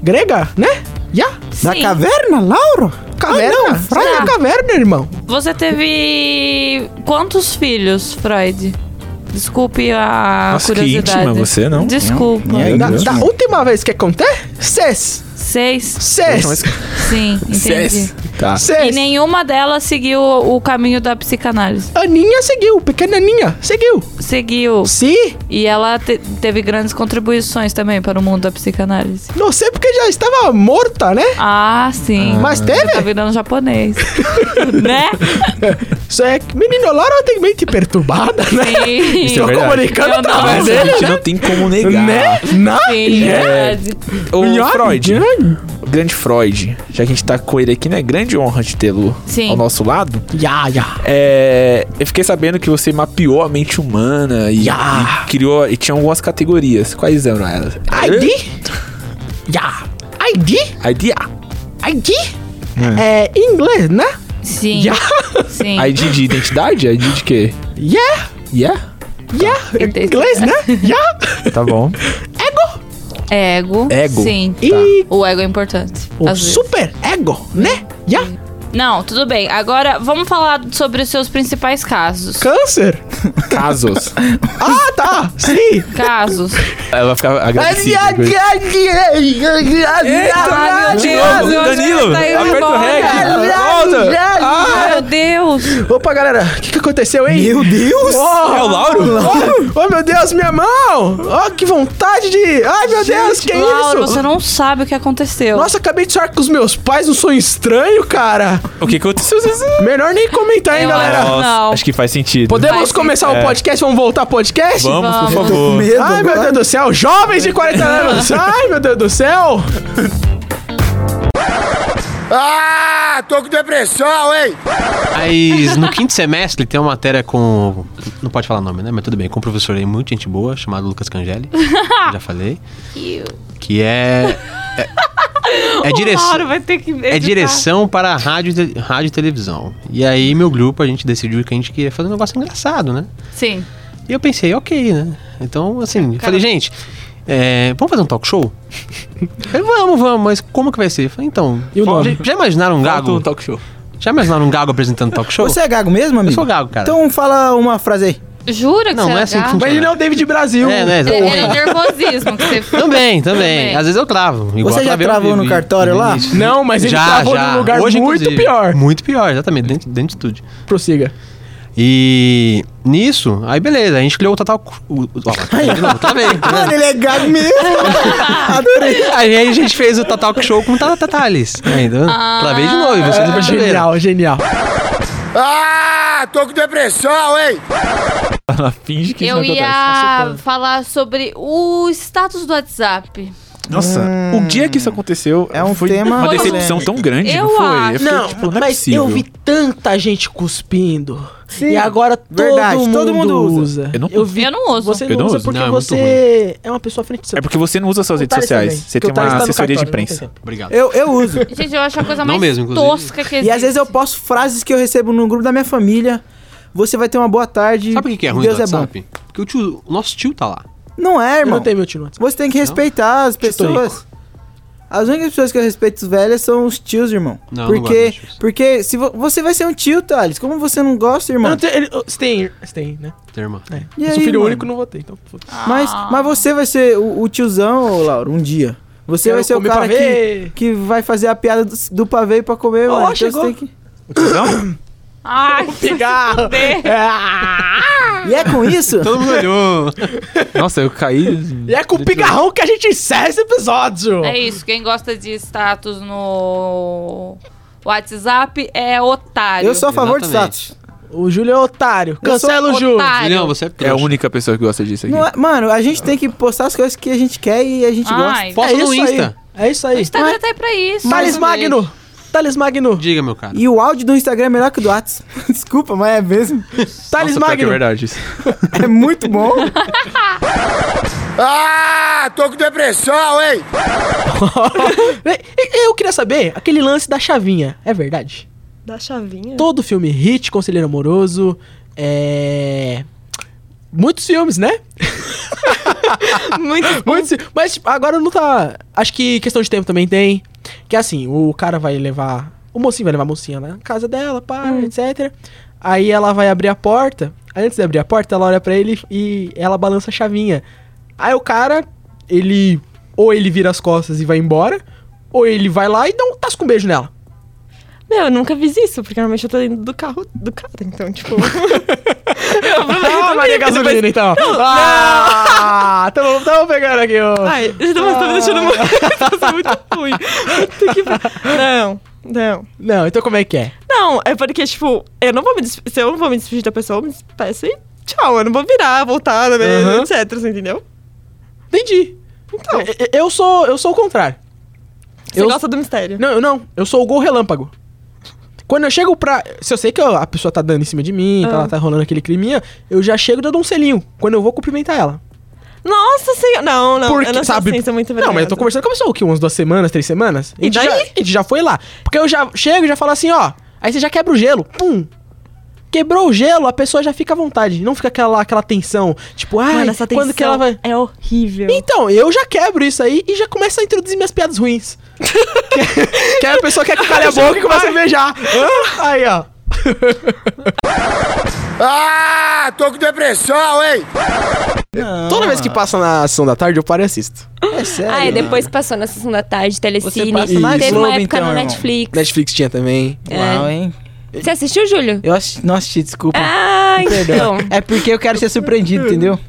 Speaker 2: grega, né? Já?
Speaker 11: Da Sim. caverna, Lauro?
Speaker 2: Caverna?
Speaker 11: Ah, não,
Speaker 2: Freud
Speaker 7: tá.
Speaker 2: é caverna, irmão.
Speaker 7: Você teve quantos filhos, Freud? Desculpe a
Speaker 1: Nossa, que
Speaker 7: curiosidade.
Speaker 1: íntima você, não?
Speaker 7: Desculpa.
Speaker 1: É
Speaker 2: Da, da última vez que contei, seis.
Speaker 7: Seis.
Speaker 2: Seis.
Speaker 7: Sim, entendi.
Speaker 2: Seis.
Speaker 1: Tá.
Speaker 7: E nenhuma delas seguiu o caminho da psicanálise.
Speaker 2: Aninha seguiu, pequena Aninha, seguiu.
Speaker 7: Seguiu.
Speaker 2: Sim.
Speaker 7: E ela te- teve grandes contribuições também para o mundo da psicanálise.
Speaker 2: Não sei porque já estava morta, né?
Speaker 7: Ah, sim.
Speaker 2: Mas é. teve?
Speaker 7: Você tá virando japonês. né?
Speaker 2: Isso é que menino Laura tem mente perturbada, né?
Speaker 1: Isso
Speaker 7: Sim.
Speaker 1: é
Speaker 2: Estou
Speaker 1: verdade.
Speaker 2: comunicando
Speaker 1: Eu não-
Speaker 7: Ah, é
Speaker 2: através
Speaker 1: Mas a
Speaker 2: dele,
Speaker 1: gente
Speaker 2: né?
Speaker 1: não tem como negar.
Speaker 2: Né? Não?
Speaker 7: Sim,
Speaker 1: É.
Speaker 7: verdade.
Speaker 1: O
Speaker 2: Melhor
Speaker 1: Freud. O grande Freud. Já que a gente tá com ele aqui, né? Grande honra de tê-lo
Speaker 7: Sim.
Speaker 1: ao nosso lado.
Speaker 2: Ya, ya.
Speaker 1: É, eu fiquei sabendo que você mapeou a mente humana e, e criou. E tinha algumas categorias. Quais eram elas?
Speaker 2: ID? Ya. ID?
Speaker 1: ID
Speaker 2: ID? É inglês, né?
Speaker 7: Sim.
Speaker 2: Ya.
Speaker 7: Sim.
Speaker 1: ID de identidade? ID de quê?
Speaker 2: Yeah.
Speaker 1: Yeah?
Speaker 2: Yeah. Inglês, né? Yeah.
Speaker 1: Tá bom.
Speaker 7: Ego.
Speaker 1: Ego.
Speaker 7: Sim.
Speaker 2: E
Speaker 7: O ego é importante.
Speaker 2: o
Speaker 7: às vezes.
Speaker 2: super ego, né? Ya.
Speaker 7: Não, tudo bem. Agora, vamos falar sobre os seus principais casos.
Speaker 2: Câncer.
Speaker 1: Casos.
Speaker 2: Ah, tá. Sim.
Speaker 7: Casos.
Speaker 1: Ela vai ficar agradecida. né? com isso.
Speaker 7: Ah, meu
Speaker 1: de
Speaker 7: Deus,
Speaker 1: novo,
Speaker 7: meu
Speaker 1: Danilo,
Speaker 7: Deus, tá indo
Speaker 1: aperta o
Speaker 7: embora.
Speaker 1: rec. Volta.
Speaker 7: Ah, meu Deus.
Speaker 2: Opa, galera, o que, que aconteceu, hein?
Speaker 11: Meu Deus!
Speaker 2: Oh,
Speaker 1: É o Lauro?
Speaker 2: Oh, oh, meu Deus, minha mão! Oh, que vontade de. Ai, meu Deus, que
Speaker 7: Laura,
Speaker 2: isso?
Speaker 7: você não sabe o que aconteceu.
Speaker 2: Nossa, acabei de falar com os meus pais, um sonho estranho, cara.
Speaker 1: O que aconteceu?
Speaker 2: Melhor nem comentar, hein,
Speaker 7: Eu
Speaker 2: galera?
Speaker 7: acho- Não.
Speaker 1: Acho que faz sentido.
Speaker 2: Podemos
Speaker 7: Vai,
Speaker 2: começar
Speaker 1: é.
Speaker 2: o podcast? Vamos voltar ao podcast?
Speaker 1: Vamos, por
Speaker 7: Vamos.
Speaker 1: favor.
Speaker 11: medo
Speaker 2: Ai, meu
Speaker 11: agora.
Speaker 2: Deus do céu, jovens de 40 anos! Ai, meu Deus do céu!
Speaker 5: Ah, tô com depressão, hein?
Speaker 17: Mas no quinto semestre tem uma matéria com. Não pode falar nome, né? Mas tudo bem, com um professor aí muito gente boa, chamado
Speaker 18: <laughs>
Speaker 17: Lucas Cangeli. já falei. Que é.
Speaker 18: <laughs>
Speaker 17: É, é
Speaker 7: O
Speaker 17: direção.
Speaker 7: Lauro vai ter que
Speaker 17: É
Speaker 7: editar.
Speaker 17: direção para rádio, e te- rádio e televisão. E aí, meu grupo, a gente decidiu que a gente queria fazer um negócio engraçado, né?
Speaker 19: é-
Speaker 7: Sim.
Speaker 17: E eu pensei, ok, né? Então, assim, eu falei, gente, é, vamos fazer um talk show? Eu falei, vamos, vamos, mas como que vai ser? Eu falei, então.
Speaker 2: E o nome?
Speaker 17: Já, já imaginaram um gago?
Speaker 1: um talk show.
Speaker 17: Já imaginaram um gago apresentando talk show?
Speaker 11: Você é gago mesmo, amigo?
Speaker 17: Eu sou gago, cara.
Speaker 11: Então fala uma frase aí.
Speaker 7: Jura que
Speaker 17: Não,
Speaker 7: você
Speaker 17: não é
Speaker 7: é
Speaker 17: assim que
Speaker 7: gato?
Speaker 17: funciona.
Speaker 2: Mas ele não é o David Brasil.
Speaker 17: É, né?
Speaker 7: É,
Speaker 17: Exatamente.
Speaker 7: Era o nervosismo que você
Speaker 17: Também, também. Às vezes eu travo. Igual
Speaker 11: Você
Speaker 17: eu
Speaker 11: já
Speaker 17: travei
Speaker 11: travou
Speaker 17: no
Speaker 11: no cartório lá?
Speaker 17: início.
Speaker 2: Não, mas ele travou num lugar muito pior.
Speaker 17: Muito pior, exatamente, dentro, dentro de estúdio.
Speaker 2: Prossiga.
Speaker 17: E nisso, aí beleza, a gente criou o total. O, o, ó, de novo,
Speaker 2: <laughs>
Speaker 17: travei.
Speaker 11: Mano, ele é gago mesmo.
Speaker 17: aí a gente fez o Total Show com Tata Tatalis.
Speaker 19: tá
Speaker 17: Ainda.
Speaker 4: Ah.
Speaker 17: Travei de novo, e vocês perceberam.
Speaker 2: Genial, genial.
Speaker 5: Ah, tô com depressão, hein?
Speaker 19: Ela <laughs> finge que
Speaker 4: Eu
Speaker 19: isso não
Speaker 4: ia
Speaker 19: acontece. tá
Speaker 4: falar sobre o status do WhatsApp.
Speaker 19: Nossa,
Speaker 17: Hum.
Speaker 19: o dia que isso aconteceu é um foi
Speaker 4: tema
Speaker 19: uma decepção tão grande,
Speaker 4: Eu
Speaker 19: não foi?
Speaker 4: acho.
Speaker 19: fiquei,
Speaker 4: Não,
Speaker 19: tipo, não é
Speaker 18: Mas
Speaker 19: possível.
Speaker 18: eu vi tanta gente cuspindo.
Speaker 4: Sim.
Speaker 18: e agora todo,
Speaker 19: Verdade,
Speaker 18: mundo
Speaker 19: todo mundo
Speaker 18: usa.
Speaker 19: Eu não-
Speaker 4: não uso.
Speaker 18: Você não,
Speaker 19: Eu não
Speaker 18: usa
Speaker 19: uso.
Speaker 18: porque
Speaker 19: Não, é muito
Speaker 18: você é uma pessoa à frente do seu Então
Speaker 19: É porque você não usa suas
Speaker 18: O
Speaker 19: redes
Speaker 18: Thales
Speaker 19: sociais.
Speaker 18: também,
Speaker 19: Você
Speaker 18: porque
Speaker 19: tem
Speaker 18: o
Speaker 19: uma
Speaker 18: Thales tá no
Speaker 19: assessoria de
Speaker 18: cartório, não
Speaker 19: imprensa. Obrigado.
Speaker 18: Eu, eu uso.
Speaker 4: Gente, eu acho a coisa
Speaker 19: Não
Speaker 4: mais
Speaker 19: mesmo, inclusive.
Speaker 4: tosca que existe.
Speaker 18: E às vezes eu posto frases que eu recebo no grupo da minha família. Você vai ter uma boa tarde.
Speaker 17: Sabe o que que é ruim
Speaker 18: Deus
Speaker 17: do
Speaker 18: é bom.
Speaker 17: WhatsApp? Porque o, tio, o nosso tio tá lá.
Speaker 18: Não é, irmão.
Speaker 17: não tenho
Speaker 18: meu tio Você tem que respeitar as pessoas. As únicas pessoas que eu respeito velhas são os tios, irmão.
Speaker 17: Não, eu não
Speaker 18: porque, porque se vo- você vai ser um tio, Thales. Como você não gosta, irmão?
Speaker 2: Você tem, você tem, né?
Speaker 17: Tem irmã.
Speaker 18: E
Speaker 2: eu
Speaker 18: aí,
Speaker 2: sou filho
Speaker 18: mano?
Speaker 2: único, não votei, então foda-se.
Speaker 18: Mas, mas você vai ser o, o tiozão, ô, Lauro, um dia. Você
Speaker 2: Quero
Speaker 1: é
Speaker 18: vai ser o
Speaker 2: comer
Speaker 18: cara
Speaker 2: pavê.
Speaker 18: que, que vai fazer a piada do, do pavê pra comer,
Speaker 2: Ó,
Speaker 18: mano. Então você
Speaker 2: chegou.
Speaker 18: tem que-
Speaker 4: Ai,
Speaker 18: cigarro. e é com
Speaker 17: <laughs>
Speaker 18: isso?
Speaker 19: Todo mundo olhou. Nossa, eu caí.
Speaker 2: E é com o pigarrão que a gente encerra esse episódio.
Speaker 4: É isso, quem gosta de status no WhatsApp é otário.
Speaker 18: Eu sou a favor de status. O Júlio é otário.
Speaker 4: Eu sou
Speaker 18: Cancela o Júlio.
Speaker 20: Ah,
Speaker 4: otário. Julião,
Speaker 19: você é, a única pessoa que gosta disso aqui.
Speaker 18: Não é- mano, a gente tem que postar as coisas que a gente quer e a gente gosta.
Speaker 4: Ai. Posta
Speaker 18: é
Speaker 4: no
Speaker 6: um
Speaker 18: isso
Speaker 4: Insta.
Speaker 18: Aí. É isso aí.
Speaker 4: O Instagram tá aí pra isso.
Speaker 18: Thales Magno. Thales Magno.
Speaker 17: Diga, meu cara.
Speaker 18: E o áudio do Instagram é melhor que o do Whats. <laughs> Desculpa, mas é mesmo. Thales
Speaker 19: Nossa, pior que é
Speaker 18: Magno.
Speaker 19: verdade isso.
Speaker 18: É muito bom.
Speaker 5: Ah, tô com depressão, hein?
Speaker 19: <laughs>
Speaker 2: E- e Eu queria saber, aquele lance da chavinha, é verdade?
Speaker 20: Da chavinha?
Speaker 2: Todo filme hit, Conselheiro Amoroso, é... Muitos
Speaker 19: <laughs>
Speaker 2: filmes, né? <gasps> Muitos.
Speaker 7: É.
Speaker 2: fi- Mas tipo, agora não tá... Acho que questão de tempo também tem. Que assim, o cara vai levar... O mocinho vai levar a mocinha na casa dela, pá, etc. Aí ela vai abrir a porta. Aí antes de abrir a porta, ela olha pra ele e ela balança a chavinha. Aí o cara, ele... Ou ele vira as costas e vai embora, ou ele vai lá e dá um tasco um beijo <laughs> nela.
Speaker 20: Meu, eu nunca fiz isso, porque normalmente eu tô dentro do carro do cara,
Speaker 18: <laughs>
Speaker 20: então, tipo. eu aproveito
Speaker 2: Ah, Maria
Speaker 20: mesmo,
Speaker 2: Gasolina,
Speaker 20: depois-
Speaker 2: então.
Speaker 20: Não,
Speaker 2: Ah, <laughs> tamo, tamo pegando aqui o...
Speaker 20: não. Ai, você tá tá me deixando muito.
Speaker 18: Ah.
Speaker 20: <laughs> tá muito ruim. Puta que pa- Não, não.
Speaker 2: Não, então como é que é?
Speaker 20: Não, é porque, tipo, eu não vou me despedir. Se eu não vou me despedir da pessoa, eu me despeço e tchau. Eu não vou virar, voltar, né,
Speaker 2: Aham.
Speaker 20: etc. Você entendeu?
Speaker 2: Entendi.
Speaker 20: Então.
Speaker 2: Eu, eu sou, eu sou o contrário.
Speaker 20: Você gosta do mistério?
Speaker 2: Não, eu não. Eu sou o gol relâmpago. Quando eu chego pra... Se eu sei que eu- a pessoa tá dando em cima de mim, tá,
Speaker 20: Ah.
Speaker 2: lá, tá rolando aquele criminha, eu já chego e dou um selinho. Quando eu vou cumprimentar ela.
Speaker 20: Nossa senhora. Não, não.
Speaker 2: Porque,
Speaker 20: eu não sou
Speaker 2: sabe-
Speaker 20: assim, sou muito
Speaker 2: Não, mas eu tô conversando com a pessoa, o quê? Umas duas semanas, três semanas? A
Speaker 20: E
Speaker 2: gente
Speaker 20: daí?
Speaker 2: Já, a gente já foi lá. Porque eu já chego e já falo assim, ó. Aí você já quebra o gelo. Pum! Quebrou o gelo, a pessoa já fica à vontade. Não fica aquela, aquela tensão. Tipo, ai,
Speaker 20: Mano, essa
Speaker 2: quando que ela vai.
Speaker 20: tensão É horrível.
Speaker 2: Então, eu já quebro isso aí e já começo a introduzir minhas piadas <laughs> ruins. que, que aí a pessoa quer que eu cale a boca e começa a beijar. Hã? aí, ó.
Speaker 5: <laughs> Ah, tô com depressão, hein?
Speaker 2: Toda vez que passa na sessão da tarde, eu paro e assisto.
Speaker 20: É sério. Ah, e depois passou na sessão da tarde, telecine.
Speaker 2: passa na
Speaker 20: Teve
Speaker 2: Globo,
Speaker 20: uma época
Speaker 2: então,
Speaker 20: no
Speaker 2: irmão.
Speaker 20: Netflix.
Speaker 2: Netflix tinha também.
Speaker 20: É. Uau,
Speaker 2: hein?
Speaker 20: Você assistiu, Júlio?
Speaker 18: Eu assisti, não assisti, desculpa.
Speaker 20: Ah,
Speaker 18: Me perdoa.
Speaker 20: então.
Speaker 18: É porque eu quero ser surpreendido, entendeu?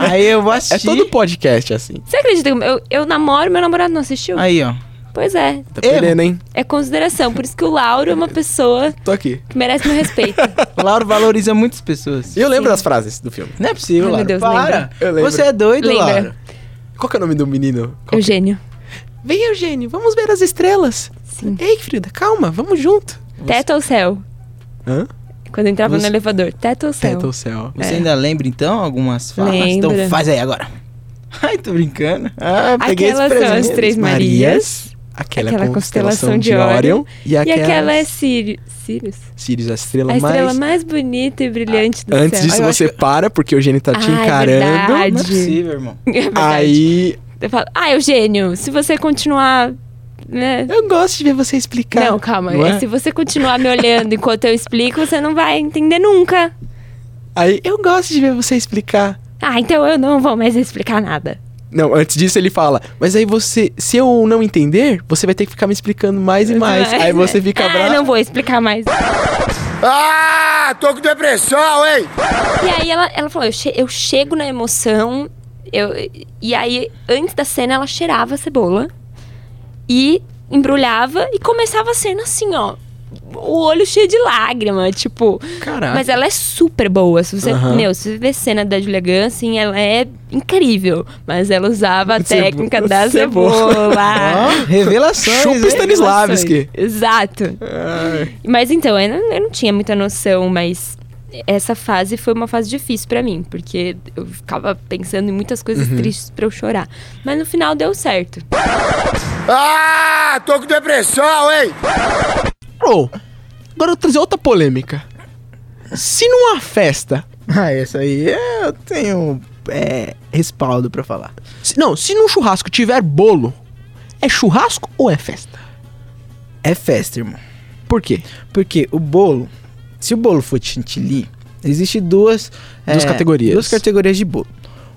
Speaker 18: Aí eu vou assistir.
Speaker 2: É todo podcast assim.
Speaker 20: Você acredita que eu, eu namoro e meu namorado não assistiu?
Speaker 18: Aí, ó.
Speaker 20: Pois é.
Speaker 2: Tá perdendo, hein?
Speaker 20: É consideração. Por isso que o Lauro é uma pessoa
Speaker 2: Tô aqui.
Speaker 20: que merece
Speaker 2: <laughs>
Speaker 20: meu respeito.
Speaker 18: O Lauro valoriza muitas pessoas.
Speaker 2: Eu lembro das frases do filme.
Speaker 18: Não é possível,
Speaker 20: Ai, meu
Speaker 18: Lauro.
Speaker 20: Deus,
Speaker 18: Para.
Speaker 20: lembra.
Speaker 2: Eu lembro.
Speaker 18: Você é doido,
Speaker 20: Lembra.
Speaker 18: Lauro.
Speaker 2: Qual que é o nome do menino?
Speaker 20: Eugênio.
Speaker 2: Vem, Eugênio, vamos ver as estrelas. Sim. Ei, Frida, calma, vamos junto.
Speaker 20: Teto ao céu.
Speaker 2: Hã?
Speaker 20: Quando entrava
Speaker 18: Você-
Speaker 20: no elevador. Teto ao céu.
Speaker 18: Teto ao céu. Você
Speaker 20: É.
Speaker 18: ainda lembra, então, algumas falas?
Speaker 20: Lembra.
Speaker 18: Então faz aí agora. <laughs> Ai, tô brincando. Ah, peguei
Speaker 20: Aquelas
Speaker 18: esse
Speaker 20: são as
Speaker 18: presente.
Speaker 20: três Marias.
Speaker 2: Aquela,
Speaker 20: Aquela
Speaker 2: constelação,
Speaker 20: constelação
Speaker 2: de
Speaker 20: de
Speaker 2: Orion.
Speaker 20: E,
Speaker 2: aquelas-
Speaker 20: aquela é Sirius. Sirius?
Speaker 2: Sirius, a estrela,
Speaker 20: A estrela mais,
Speaker 2: mais...
Speaker 20: bonita e brilhante do
Speaker 2: Antes
Speaker 20: céu.
Speaker 2: disso, você para, porque o Eugênio tá te
Speaker 20: Ah, é
Speaker 2: encarando.
Speaker 20: verdade. Não é possível,
Speaker 18: irmão.
Speaker 20: É verdade.
Speaker 2: Aí...
Speaker 20: Eu falo, ah, Eugênio, se você continuar. Né?
Speaker 2: Eu gosto de ver você explicar.
Speaker 20: Não, calma.
Speaker 2: Não é?
Speaker 20: Se você continuar me olhando enquanto eu explico, você não vai entender nunca.
Speaker 2: Aí, eu gosto de ver você explicar.
Speaker 20: Ah, então eu não vou mais explicar nada.
Speaker 2: Não, antes disso ele fala, mas aí você, se eu não entender, você vai ter que ficar me explicando mais e mais.
Speaker 20: Mas,
Speaker 2: aí você fica
Speaker 20: ah,
Speaker 2: bravo.
Speaker 20: não vou explicar mais.
Speaker 5: Ah, tô com depressão, hein?
Speaker 20: E aí ela, ela falou, eu, che- eu chego na emoção. Eu, e aí, antes da cena, ela cheirava a cebola e embrulhava e começava a cena assim, ó. o olho cheio de lágrima, tipo.
Speaker 17: Caraca.
Speaker 20: Mas ela é super boa. Se você,
Speaker 17: Aham.
Speaker 20: meu, se você vê cena da Julia Gunn, assim, ela é incrível. Mas ela usava a
Speaker 17: <laughs> Cebo-
Speaker 20: técnica da
Speaker 17: cebola. <laughs>
Speaker 20: cebola.
Speaker 17: Ó, revelações,
Speaker 2: é,
Speaker 17: Chupa hein? Stanislavski.
Speaker 20: Exato. Mas então, eu não, eu não tinha muita noção, mas essa fase foi uma fase difícil pra mim, porque eu ficava pensando em muitas coisas
Speaker 5: Uhum.
Speaker 20: tristes pra eu chorar. Mas no final deu certo.
Speaker 5: Ah, tô com depressão, hein?
Speaker 17: Bro, agora eu vou trazer outra polêmica. Se numa festa.
Speaker 2: Ah, essa aí eu tenho é, respaldo pra falar.
Speaker 17: se- não, se num churrasco tiver bolo, é churrasco ou é festa?
Speaker 2: É festa, irmão.
Speaker 17: Por quê?
Speaker 2: Porque o bolo, se o bolo for chantilly, existe duas, é,
Speaker 17: Duas categorias.
Speaker 2: Duas categorias de bolo.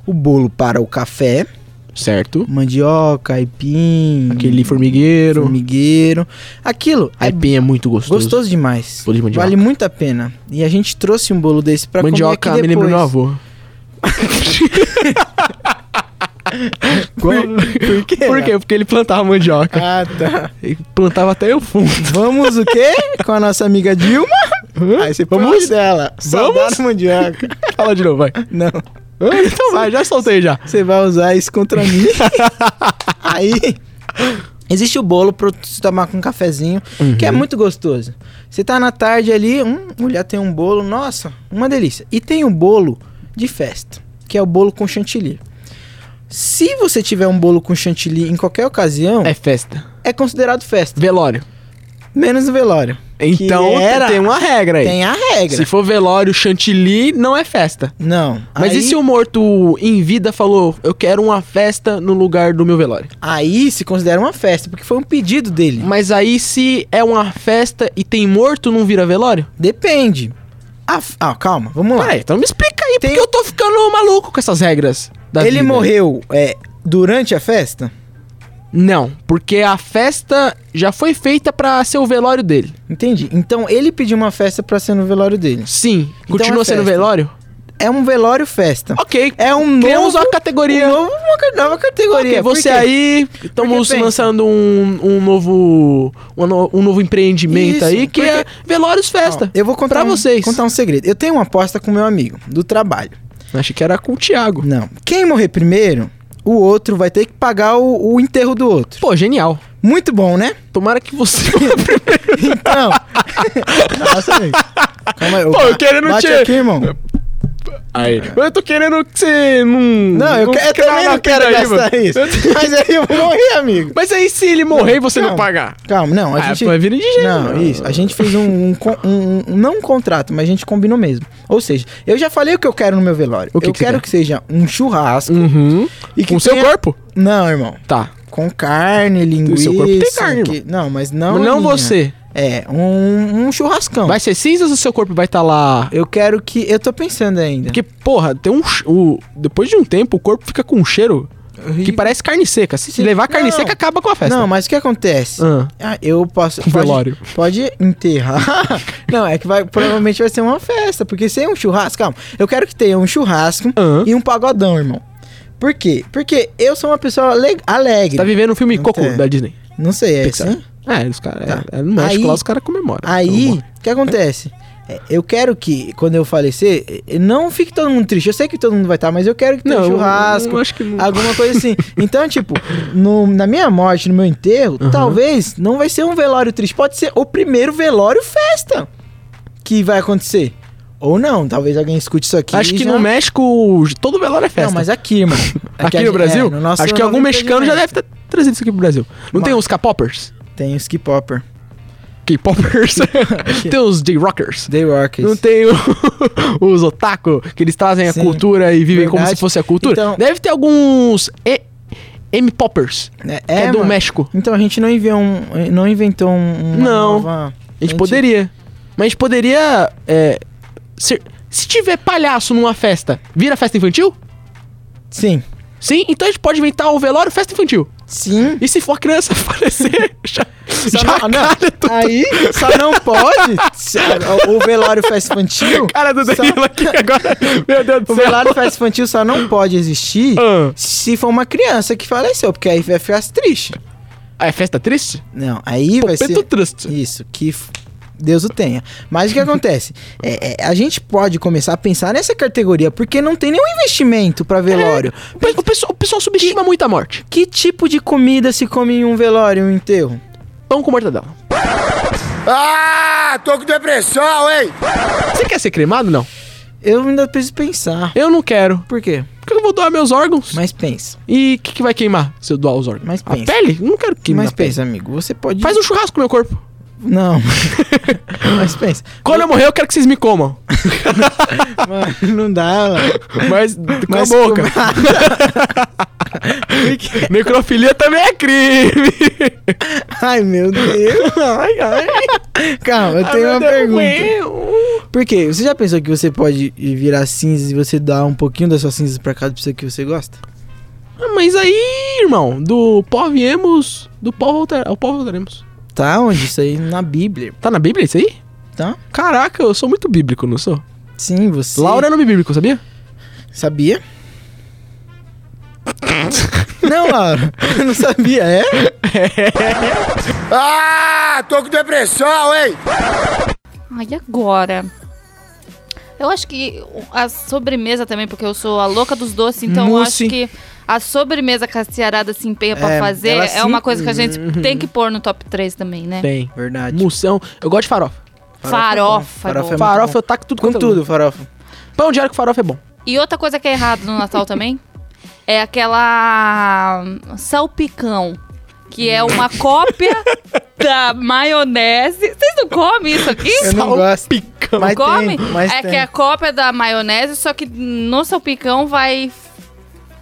Speaker 2: O bolo para o café,
Speaker 17: certo?
Speaker 2: Hum, Mandioca, aipim,
Speaker 17: Aquele formigueiro.
Speaker 2: formigueiro. Aquilo
Speaker 17: Aipim é muito gostoso.
Speaker 2: Gostoso demais.
Speaker 17: Bolo de mandioca.
Speaker 2: vale muito a pena. E a gente trouxe um bolo desse pra
Speaker 17: Mandioca
Speaker 2: comer aqui
Speaker 17: me
Speaker 2: depois.
Speaker 17: lembra meu
Speaker 2: <laughs>
Speaker 17: avô. Por, quê? Por quê? Porque ele plantava mandioca.
Speaker 2: Ah, tá.
Speaker 17: <laughs> Ele plantava até o fundo.
Speaker 2: Vamos
Speaker 17: <laughs>
Speaker 2: o quê? Com a nossa amiga Dilma? Aí você põe o nome dela. Saudade mandioca.
Speaker 17: <laughs> Fala de novo, vai.
Speaker 2: Não.
Speaker 17: Então vai, já soltei já.
Speaker 2: Você vai usar isso
Speaker 17: <laughs>
Speaker 2: contra mim. Aí. Existe o bolo pra você tomar com um cafezinho, que
Speaker 17: Uhum.
Speaker 2: é muito gostoso. Você tá na tarde ali, hum, mulher tem um bolo, nossa, uma delícia. E tem o bolo de festa, que é o bolo com chantilly. Se você tiver um bolo com chantilly em qualquer ocasião. É
Speaker 17: festa.
Speaker 2: É considerado festa.
Speaker 17: Velório.
Speaker 2: Menos o velório.
Speaker 17: Então
Speaker 2: Que era-
Speaker 17: tem uma regra aí.
Speaker 2: Tem a regra.
Speaker 17: Se for velório, chantilly, não é festa.
Speaker 2: Não.
Speaker 17: Mas e
Speaker 2: aí-
Speaker 17: se o morto em vida falou, eu quero uma festa no lugar do meu velório?
Speaker 2: Aí se considera uma festa, porque foi um pedido dele.
Speaker 17: Mas aí se é uma festa e tem morto, não vira velório?
Speaker 2: Depende. Ah, f- ah, calma, vamos lá.
Speaker 17: Peraí, então me explica aí, porque eu tô ficando maluco com essas regras. da
Speaker 2: Ele
Speaker 17: vida.
Speaker 2: morreu é, durante a festa?
Speaker 17: Não, porque a festa já foi feita pra ser o velório dele.
Speaker 2: Entendi. Então ele pediu uma festa pra ser no velório dele.
Speaker 17: Sim.
Speaker 2: Então
Speaker 17: Continua
Speaker 2: é
Speaker 17: sendo
Speaker 2: festa.
Speaker 17: velório?
Speaker 2: É um velório festa.
Speaker 17: Ok.
Speaker 2: É um novo.
Speaker 17: Criamos uma categoria.
Speaker 2: um novo- uma ca- nova categoria.
Speaker 17: Ok,
Speaker 2: Por
Speaker 17: você
Speaker 2: quê?
Speaker 17: aí, estamos
Speaker 2: pensa.
Speaker 17: lançando um, um novo um, no- um novo empreendimento
Speaker 2: Isso,
Speaker 17: aí que
Speaker 2: porque-
Speaker 17: é velórios festa.
Speaker 2: Eu vou contar
Speaker 17: pra
Speaker 2: um,
Speaker 17: vocês.
Speaker 2: contar um segredo. Eu tenho uma aposta com meu amigo do trabalho.
Speaker 17: Acho que era com o Thiago.
Speaker 2: Não. Quem morrer primeiro, o outro vai ter que pagar o, o enterro do outro.
Speaker 17: Pô, genial.
Speaker 2: Muito bom, né? <laughs>
Speaker 17: Tomara que você.
Speaker 2: então. <laughs> Nossa, velho. Calma aí.
Speaker 17: Pô, eu querendo
Speaker 2: Bate
Speaker 17: te-
Speaker 2: aqui, irmão.
Speaker 17: Aí. Eu tô querendo que você não.
Speaker 2: Não, eu, que- eu
Speaker 17: fica
Speaker 2: também
Speaker 17: na
Speaker 2: não quero
Speaker 17: pira aí,
Speaker 2: gastar
Speaker 17: mano.
Speaker 2: isso.
Speaker 17: <laughs>
Speaker 2: Mas aí eu vou morrer, amigo.
Speaker 17: Mas aí se ele morrer e você não
Speaker 2: calma,
Speaker 17: pagar.
Speaker 2: Calma, não. A
Speaker 17: Ah,
Speaker 2: gente.
Speaker 17: pô, é vira de gênio,
Speaker 2: Não,
Speaker 17: mano.
Speaker 2: isso. A gente fez um, um con- um- um- Não um contrato, mas a gente combinou mesmo. Ou seja, eu já falei o que eu quero no meu velório.
Speaker 17: O que
Speaker 2: eu
Speaker 17: que você
Speaker 2: quero
Speaker 17: quer?
Speaker 2: que seja um churrasco. E que
Speaker 17: Com seu
Speaker 2: tenha-
Speaker 17: corpo?
Speaker 2: Não, irmão.
Speaker 17: Tá.
Speaker 2: Com carne, linguiça.
Speaker 17: seu corpo tem carne,
Speaker 2: que- Não, mas não.
Speaker 17: Mas não
Speaker 2: minha.
Speaker 17: você.
Speaker 2: É, um, um churrascão.
Speaker 17: Vai ser cinzas ou seu corpo vai estar lá?
Speaker 2: Eu quero que. Eu tô pensando ainda.
Speaker 17: Porque, porra, tem um. ch- O, depois de um tempo, o corpo fica com um cheiro que parece carne seca. Se
Speaker 2: Sim.
Speaker 17: levar carne
Speaker 2: Não.
Speaker 17: seca, acaba com a festa.
Speaker 2: Não, mas o que acontece?
Speaker 17: Ah.
Speaker 2: Ah, eu posso.
Speaker 17: Um
Speaker 2: pode-
Speaker 17: velório.
Speaker 2: Pode enterrar. <laughs> não, é que vai, provavelmente vai ser uma festa, porque sem um churrasco, calma. Eu quero que tenha um churrasco e um pagodão, irmão. Por quê? Porque eu sou uma pessoa ale- alegre.
Speaker 17: Tá vivendo um filme
Speaker 2: Não
Speaker 17: Coco
Speaker 2: tem.
Speaker 17: da Disney.
Speaker 2: Não sei, é isso,
Speaker 17: Pixar.
Speaker 2: né?
Speaker 17: É, os caras. É, é, no México
Speaker 2: Aí-
Speaker 17: lá os caras comemoram. É
Speaker 2: Aí, o que acontece? É, Eu quero que, quando eu falecer, eh, não fique todo mundo triste. Eu sei que todo mundo vai estar, mas eu quero que tenha
Speaker 17: Não,
Speaker 2: um churrasco,
Speaker 17: eu acho que não.
Speaker 2: alguma coisa assim. Então, tipo, no- na minha morte, no meu enterro,
Speaker 17: Uhum.
Speaker 2: talvez não vai ser um velório triste. Pode ser o primeiro velório festa que vai acontecer. Ou não, talvez alguém escute isso aqui.
Speaker 17: Acho
Speaker 2: e
Speaker 17: que
Speaker 2: já-
Speaker 17: no México todo velório é festa.
Speaker 2: Não, mas aqui,
Speaker 17: <laughs>
Speaker 2: irmão.
Speaker 17: Aqui,
Speaker 2: a
Speaker 17: no
Speaker 2: gente-
Speaker 17: Brasil?
Speaker 2: é, no nosso
Speaker 17: acho que algum
Speaker 2: novo
Speaker 17: mexicano já deve
Speaker 2: empreendimento.
Speaker 17: ter trazido isso aqui pro Brasil. Não tem os K-Poppers?
Speaker 2: Tem os K-Popper. <laughs>
Speaker 17: K-Poppers? tem os J-Rockers?
Speaker 2: J-Rockers.
Speaker 17: Não tem o- <laughs> os Otaku, que eles trazem
Speaker 2: Sim,
Speaker 17: a cultura e vivem como
Speaker 2: verdade.
Speaker 17: se fosse a cultura?
Speaker 2: Então-
Speaker 17: Deve ter alguns e- M-Poppers.
Speaker 2: É,
Speaker 17: que é do
Speaker 2: mano.
Speaker 17: México.
Speaker 2: Então a gente não, enviou um, não inventou um. uma
Speaker 17: Não.
Speaker 2: nova-
Speaker 17: A gente poderia. Mas a gente poderia. é, ser- se tiver palhaço numa festa, vira festa infantil?
Speaker 2: Sim.
Speaker 17: Sim? Então a gente pode inventar o velório festa infantil.
Speaker 2: Sim.
Speaker 17: E se for a criança <laughs> falecer, já, já
Speaker 2: não- não,
Speaker 17: calha tudo. <laughs>
Speaker 2: Aí só não pode se- o velório festa infantil.
Speaker 17: Cara do Danilo aqui agora. Meu Deus do
Speaker 2: <laughs> O
Speaker 17: céu.
Speaker 2: velório festa infantil só não pode existir
Speaker 12: Ah.
Speaker 2: se for uma criança que faleceu, porque aí vai ficar triste.
Speaker 17: Ah, é festa triste?
Speaker 2: Não, aí vai ser.
Speaker 17: triste.
Speaker 2: Isso, que f- Deus o tenha. Mas o que acontece? <laughs> É, é, a gente pode começar a pensar nessa categoria, porque não tem nenhum investimento pra velório.
Speaker 12: o, pessoal, o pessoal subestima muito a morte.
Speaker 2: Que tipo de comida se come em um velório, em um enterro?
Speaker 12: Pão com mortadela.
Speaker 5: Ah, tô com depressão, hein?
Speaker 12: Você quer ser cremado ou não?
Speaker 2: Eu ainda preciso pensar.
Speaker 12: Eu não quero.
Speaker 2: Por quê?
Speaker 12: Porque eu vou doar meus órgãos.
Speaker 2: Mas pensa.
Speaker 12: E o que, que vai queimar se eu doar os órgãos?
Speaker 2: Mas
Speaker 12: a
Speaker 2: pensa.
Speaker 12: pele? Eu não quero queimar.
Speaker 2: Mas
Speaker 12: a pele.
Speaker 2: pensa, amigo, você pode.
Speaker 12: Faz um churrasco no meu corpo.
Speaker 2: <laughs>
Speaker 12: <laughs>
Speaker 2: Não. Mas pensa.
Speaker 12: Quando eu morrer, eu quero que vocês me comam.
Speaker 2: Mano, não dá, mano.
Speaker 12: Mas com
Speaker 2: Mas
Speaker 12: a
Speaker 2: <laughs>
Speaker 12: boca. <laughs> Necrofilia também é crime.
Speaker 2: Ai, meu Deus. Ai, ai. Calma, eu
Speaker 12: Ai,
Speaker 2: tenho
Speaker 12: meu
Speaker 2: uma
Speaker 12: Deus,
Speaker 2: pergunta. Por quê? Você já pensou que você pode virar cinzas e você dar um pouquinho das suas cinzas pra cada pessoa que você gosta?
Speaker 12: Ah, Mas aí, irmão, do pó viemos, do pó voltar, ao pó voltaremos.
Speaker 2: Tá onde? Isso aí na Bíblia.
Speaker 12: Tá na Bíblia isso aí?
Speaker 2: Tá?
Speaker 12: Caraca, eu sou muito bíblico, não sou?
Speaker 2: Sim, você.
Speaker 12: Laura é nome bíblico, sabia?
Speaker 2: Sabia? não, Laura. Eu não sabia, é?
Speaker 5: Ah, tô com depressão, hein?
Speaker 7: Ai, e agora? Eu acho que a sobremesa também, porque eu sou a louca dos doces, então
Speaker 12: Mousse.
Speaker 7: eu acho que a sobremesa que a Cearada se empenha pra
Speaker 12: É,
Speaker 7: fazer
Speaker 12: ela
Speaker 7: é
Speaker 12: se-
Speaker 7: uma coisa que a gente
Speaker 12: Uhum.
Speaker 7: tem que pôr no top 3 também, né?
Speaker 12: Tem. É
Speaker 2: Verdade.
Speaker 12: Moção. Eu gosto de farofa.
Speaker 7: Farofa. é
Speaker 12: Farofa,
Speaker 7: bom.
Speaker 12: farofa eu taco tudo
Speaker 2: Com
Speaker 12: quanto é
Speaker 2: tudo,
Speaker 12: lugar.
Speaker 2: farofa.
Speaker 12: Pão diário com farofa é bom.
Speaker 7: E outra coisa que é errada no Natal também é aquela hum, salpicão, que é
Speaker 2: <laughs>
Speaker 7: uma cópia da maionese. Vocês não comem isso aqui?
Speaker 2: Eu não gosto. Mas
Speaker 7: Come?
Speaker 2: tem, mas
Speaker 7: é
Speaker 2: tem.
Speaker 7: que é a cópia da maionese, só que no salpicão vai.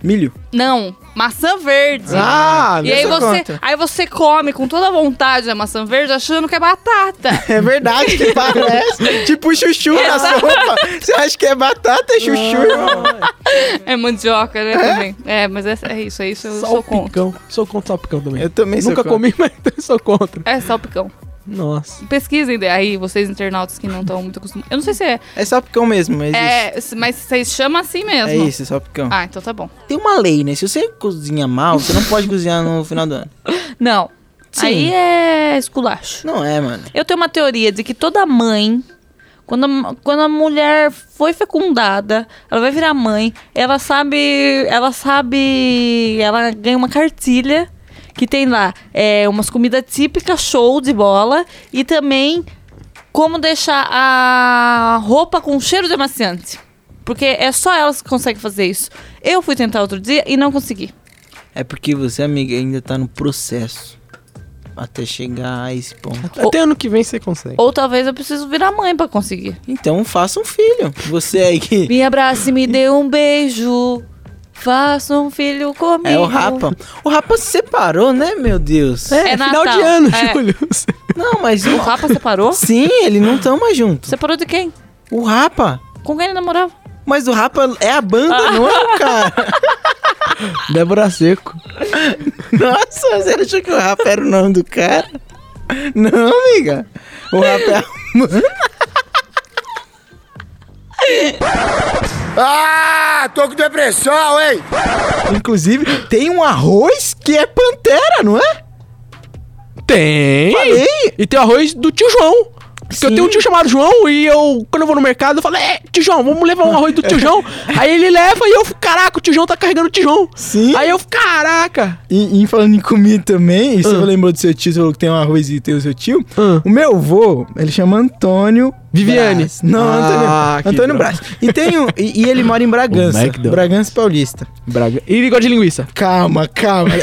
Speaker 2: Milho.
Speaker 7: Não, maçã verde.
Speaker 2: Ah,
Speaker 7: E aí
Speaker 2: nessa
Speaker 7: você,
Speaker 2: conta.
Speaker 7: aí você come com toda a vontade a maçã verde, achando que
Speaker 2: <laughs>
Speaker 7: é batata.
Speaker 2: É verdade que parece. tipo chuchu na sopa. Você acha que é batata, é chuchu, irmão?
Speaker 7: É mandioca, né? Também. É, mas é, é isso, é isso. Eu sou contra.
Speaker 12: Salpicão. Sou contra salpicão também. Eu
Speaker 2: também
Speaker 12: Nunca
Speaker 2: sou contra.
Speaker 12: comi, <laughs> mas eu sou contra.
Speaker 7: É salpicão.
Speaker 12: Nossa.
Speaker 7: Pesquisem aí, vocês internautas que não estão muito acostumados. Eu não sei se é.
Speaker 2: É salpicão mesmo, mas
Speaker 7: é s- mas vocês chamam assim mesmo.
Speaker 2: É isso, salpicão.
Speaker 7: Ah, então tá bom.
Speaker 2: Tem uma lei, né? Se você cozinha mal, você não pode cozinhar no final do ano.
Speaker 7: Não.
Speaker 2: Sim.
Speaker 7: Aí é
Speaker 2: <laughs>
Speaker 7: esculacho.
Speaker 2: Não é, mano.
Speaker 7: Eu tenho uma teoria de que toda mãe, quando a, quando a mulher foi fecundada, ela vai virar mãe, ela sabe. Ela sabe. Ela ganha uma cartilha que tem lá é, umas comidas típicas, show de bola, e também como deixar a roupa com cheiro de amaciante. Porque é só elas que conseguem fazer isso. Eu fui tentar outro dia e não consegui.
Speaker 2: É porque você, amiga, ainda tá no processo. Até chegar a esse ponto.
Speaker 12: Até ano que vem você consegue.
Speaker 7: Ou talvez eu preciso virar mãe pra conseguir.
Speaker 2: Então faça um filho. Você aí que.
Speaker 7: Me abrace, me dê um beijo. Faça um filho comigo.
Speaker 2: É o Rapa. O Rapa se separou, né, meu Deus?
Speaker 7: É, É final Natal. de ano, É. Júlio.
Speaker 2: Não, mas.
Speaker 7: O Rapa separou?
Speaker 2: Sim, eles não estão mais juntos.
Speaker 7: Separou de quem?
Speaker 2: O Rapa.
Speaker 7: Com quem ele namorava?
Speaker 2: Mas o Rapa é a
Speaker 7: Ah.
Speaker 2: banda, não é o cara?
Speaker 12: Débora Seco.
Speaker 2: Nossa, você achou que o Rapa era o nome do cara? Não, amiga. O Rapa é a
Speaker 5: Ah, tô com depressão, hein?
Speaker 2: Inclusive, tem um arroz que é pantera, não é?
Speaker 12: Tem!
Speaker 2: Falei.
Speaker 12: E tem o arroz do tio João. Porque eu tenho um tio chamado João e eu, quando eu vou no mercado, eu falo, é, tio João, vamos levar um arroz do
Speaker 2: <laughs>
Speaker 12: tio João. Aí ele leva e eu fico, caraca, o tio João tá carregando o tio João.
Speaker 2: Sim.
Speaker 12: Aí eu fico, caraca.
Speaker 2: E, e falando em comida também, e
Speaker 12: Ah.
Speaker 2: você lembrou do seu tio, você falou que tem um arroz e tem o seu tio. O meu avô, ele chama Antônio.
Speaker 12: Viviane.
Speaker 2: Braz. Não,
Speaker 12: Ah, que
Speaker 2: Antônio. Antônio
Speaker 12: droga.
Speaker 2: Braz. E, tem um, e, e ele mora em
Speaker 12: <laughs> O
Speaker 2: Bragança.
Speaker 12: McDonald's.
Speaker 2: Bragança Paulista.
Speaker 12: Braga. E ele gosta de linguiça.
Speaker 2: Calma, calma.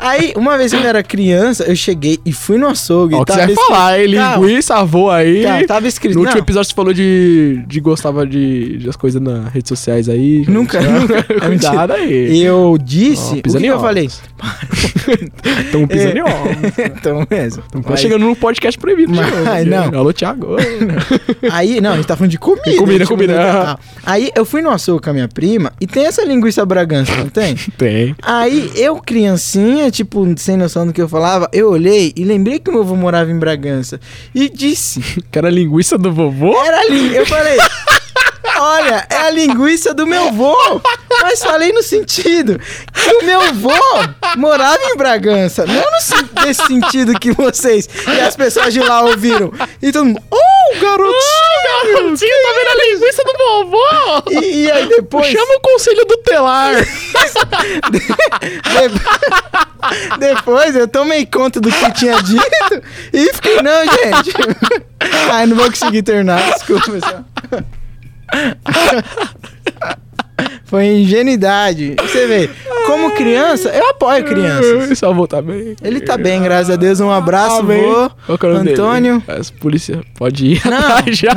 Speaker 2: Aí, uma vez quando eu era criança, eu cheguei e tá fui no açougue.
Speaker 12: Ó, o que você vai falar, hein? Linguiça, avô aí.
Speaker 2: Calma, tava escrito.
Speaker 12: No último
Speaker 2: Tá, não.
Speaker 12: episódio você falou de, de gostava de, de as coisas nas redes sociais aí.
Speaker 2: Nunca,
Speaker 12: <laughs>
Speaker 2: nunca. É
Speaker 12: Cuidado aí.
Speaker 2: Eu disse.
Speaker 12: Ó,
Speaker 2: o que
Speaker 12: pisando em
Speaker 2: que eu
Speaker 12: ovos. <laughs>
Speaker 2: falei? É, <laughs>
Speaker 12: Estamos pisando em ovos. né?
Speaker 2: então mesmo.
Speaker 12: Tá chegando num podcast proibido. de
Speaker 2: Mas-
Speaker 12: novo,
Speaker 2: Ai, não.
Speaker 12: gente.
Speaker 2: <laughs>
Speaker 12: Alô, Thiago.
Speaker 2: Aí, não, a gente tá falando de comida.
Speaker 12: De comida,
Speaker 2: a gente
Speaker 12: comida.
Speaker 2: não tá- tá. Aí eu fui no açougue com a minha prima e tem essa linguiça bragança, não tem?
Speaker 12: Tem.
Speaker 2: Aí eu, criancinha, tipo, sem noção do que eu falava, eu olhei e lembrei que meu avô morava em Bragança. E disse.
Speaker 12: Que era a linguiça do vovô?
Speaker 2: Era ali. Eu falei. Olha, é a linguiça do meu vô. Mas falei no sentido que o meu vô morava em Bragança. Não no sen- nesse sentido que vocês e as pessoas de lá ouviram. Então, oh, garotinho!
Speaker 5: Oh, garotinho, tá vendo a linguiça do vovô?
Speaker 2: E, e aí depois...
Speaker 5: Chama o conselho do
Speaker 6: <laughs>
Speaker 5: telar.
Speaker 2: De- <laughs> Depois eu tomei conta do que tinha dito e fiquei, não, gente.
Speaker 6: <laughs>
Speaker 2: Ai, não vou conseguir terminar, desculpa, pessoal. Foi ingenuidade. Você vê, como criança, eu apoio crianças.
Speaker 6: Só vou tá bem.
Speaker 2: Ele tá bem, graças a Deus. Um abraço,
Speaker 6: Amém.
Speaker 2: vô.
Speaker 6: Qual que é o nome dele?
Speaker 2: Antônio.
Speaker 6: As polícia pode ir
Speaker 2: Não,
Speaker 6: atrás já.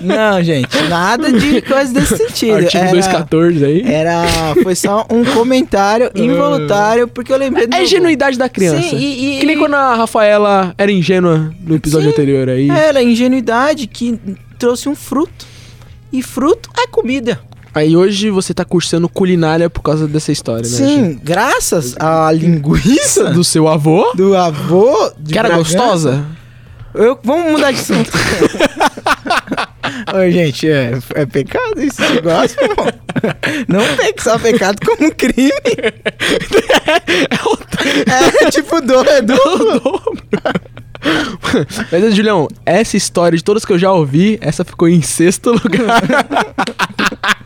Speaker 2: não. Não, gente. Nada de coisa desse sentido.
Speaker 6: <laughs> Artigo 214 aí.
Speaker 2: Era. Foi só um comentário involuntário, porque eu lembrei do.
Speaker 6: É a ingenuidade da criança.
Speaker 2: Sim, e- e-
Speaker 6: que nem quando a Rafaela era ingênua no episódio anterior aí.
Speaker 2: Era a ingenuidade que trouxe um fruto. E fruto é comida.
Speaker 6: Aí hoje você tá cursando culinária por causa dessa história, né?
Speaker 2: Sim, graças à <laughs> linguiça.
Speaker 6: Do seu avô?
Speaker 2: Do avô. De
Speaker 6: Que era
Speaker 2: Bragança.
Speaker 6: gostosa?
Speaker 2: Eu, vamos mudar de assunto. <laughs> Ô, gente, é, é pecado isso? Você gosta, irmão? Não pegue só pecado como <laughs> crime. É, tipo do, é duplo.
Speaker 6: Mas, ô, Julião, essa história de todas que eu já ouvi, essa ficou em sexto lugar.
Speaker 21: <laughs>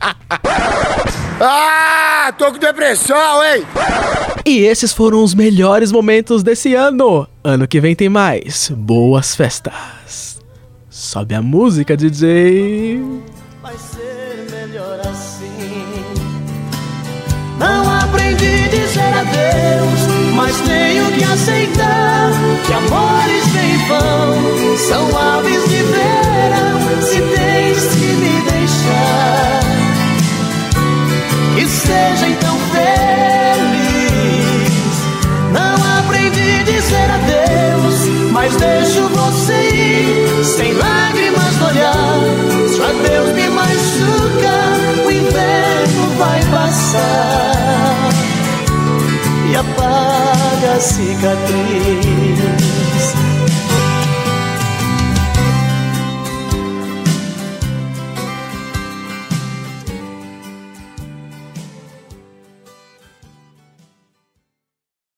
Speaker 21: Ah, tô com depressão, hein?
Speaker 6: e esses foram os melhores momentos desse ano. Ano que vem tem mais. Boas festas. Sobe a música, DJ.
Speaker 22: Vai ser melhor assim. Não aprendi a dizer adeus, mas tenho que aceitar que amores vêm e vão, são aves de verão. Se tens que me deixar, que seja então feliz. Não aprendi a dizer adeus, mas deixo você ir sem lágrimas no olhar. Se o adeus me machuca, o inverno vai passar e apaga a cicatriz.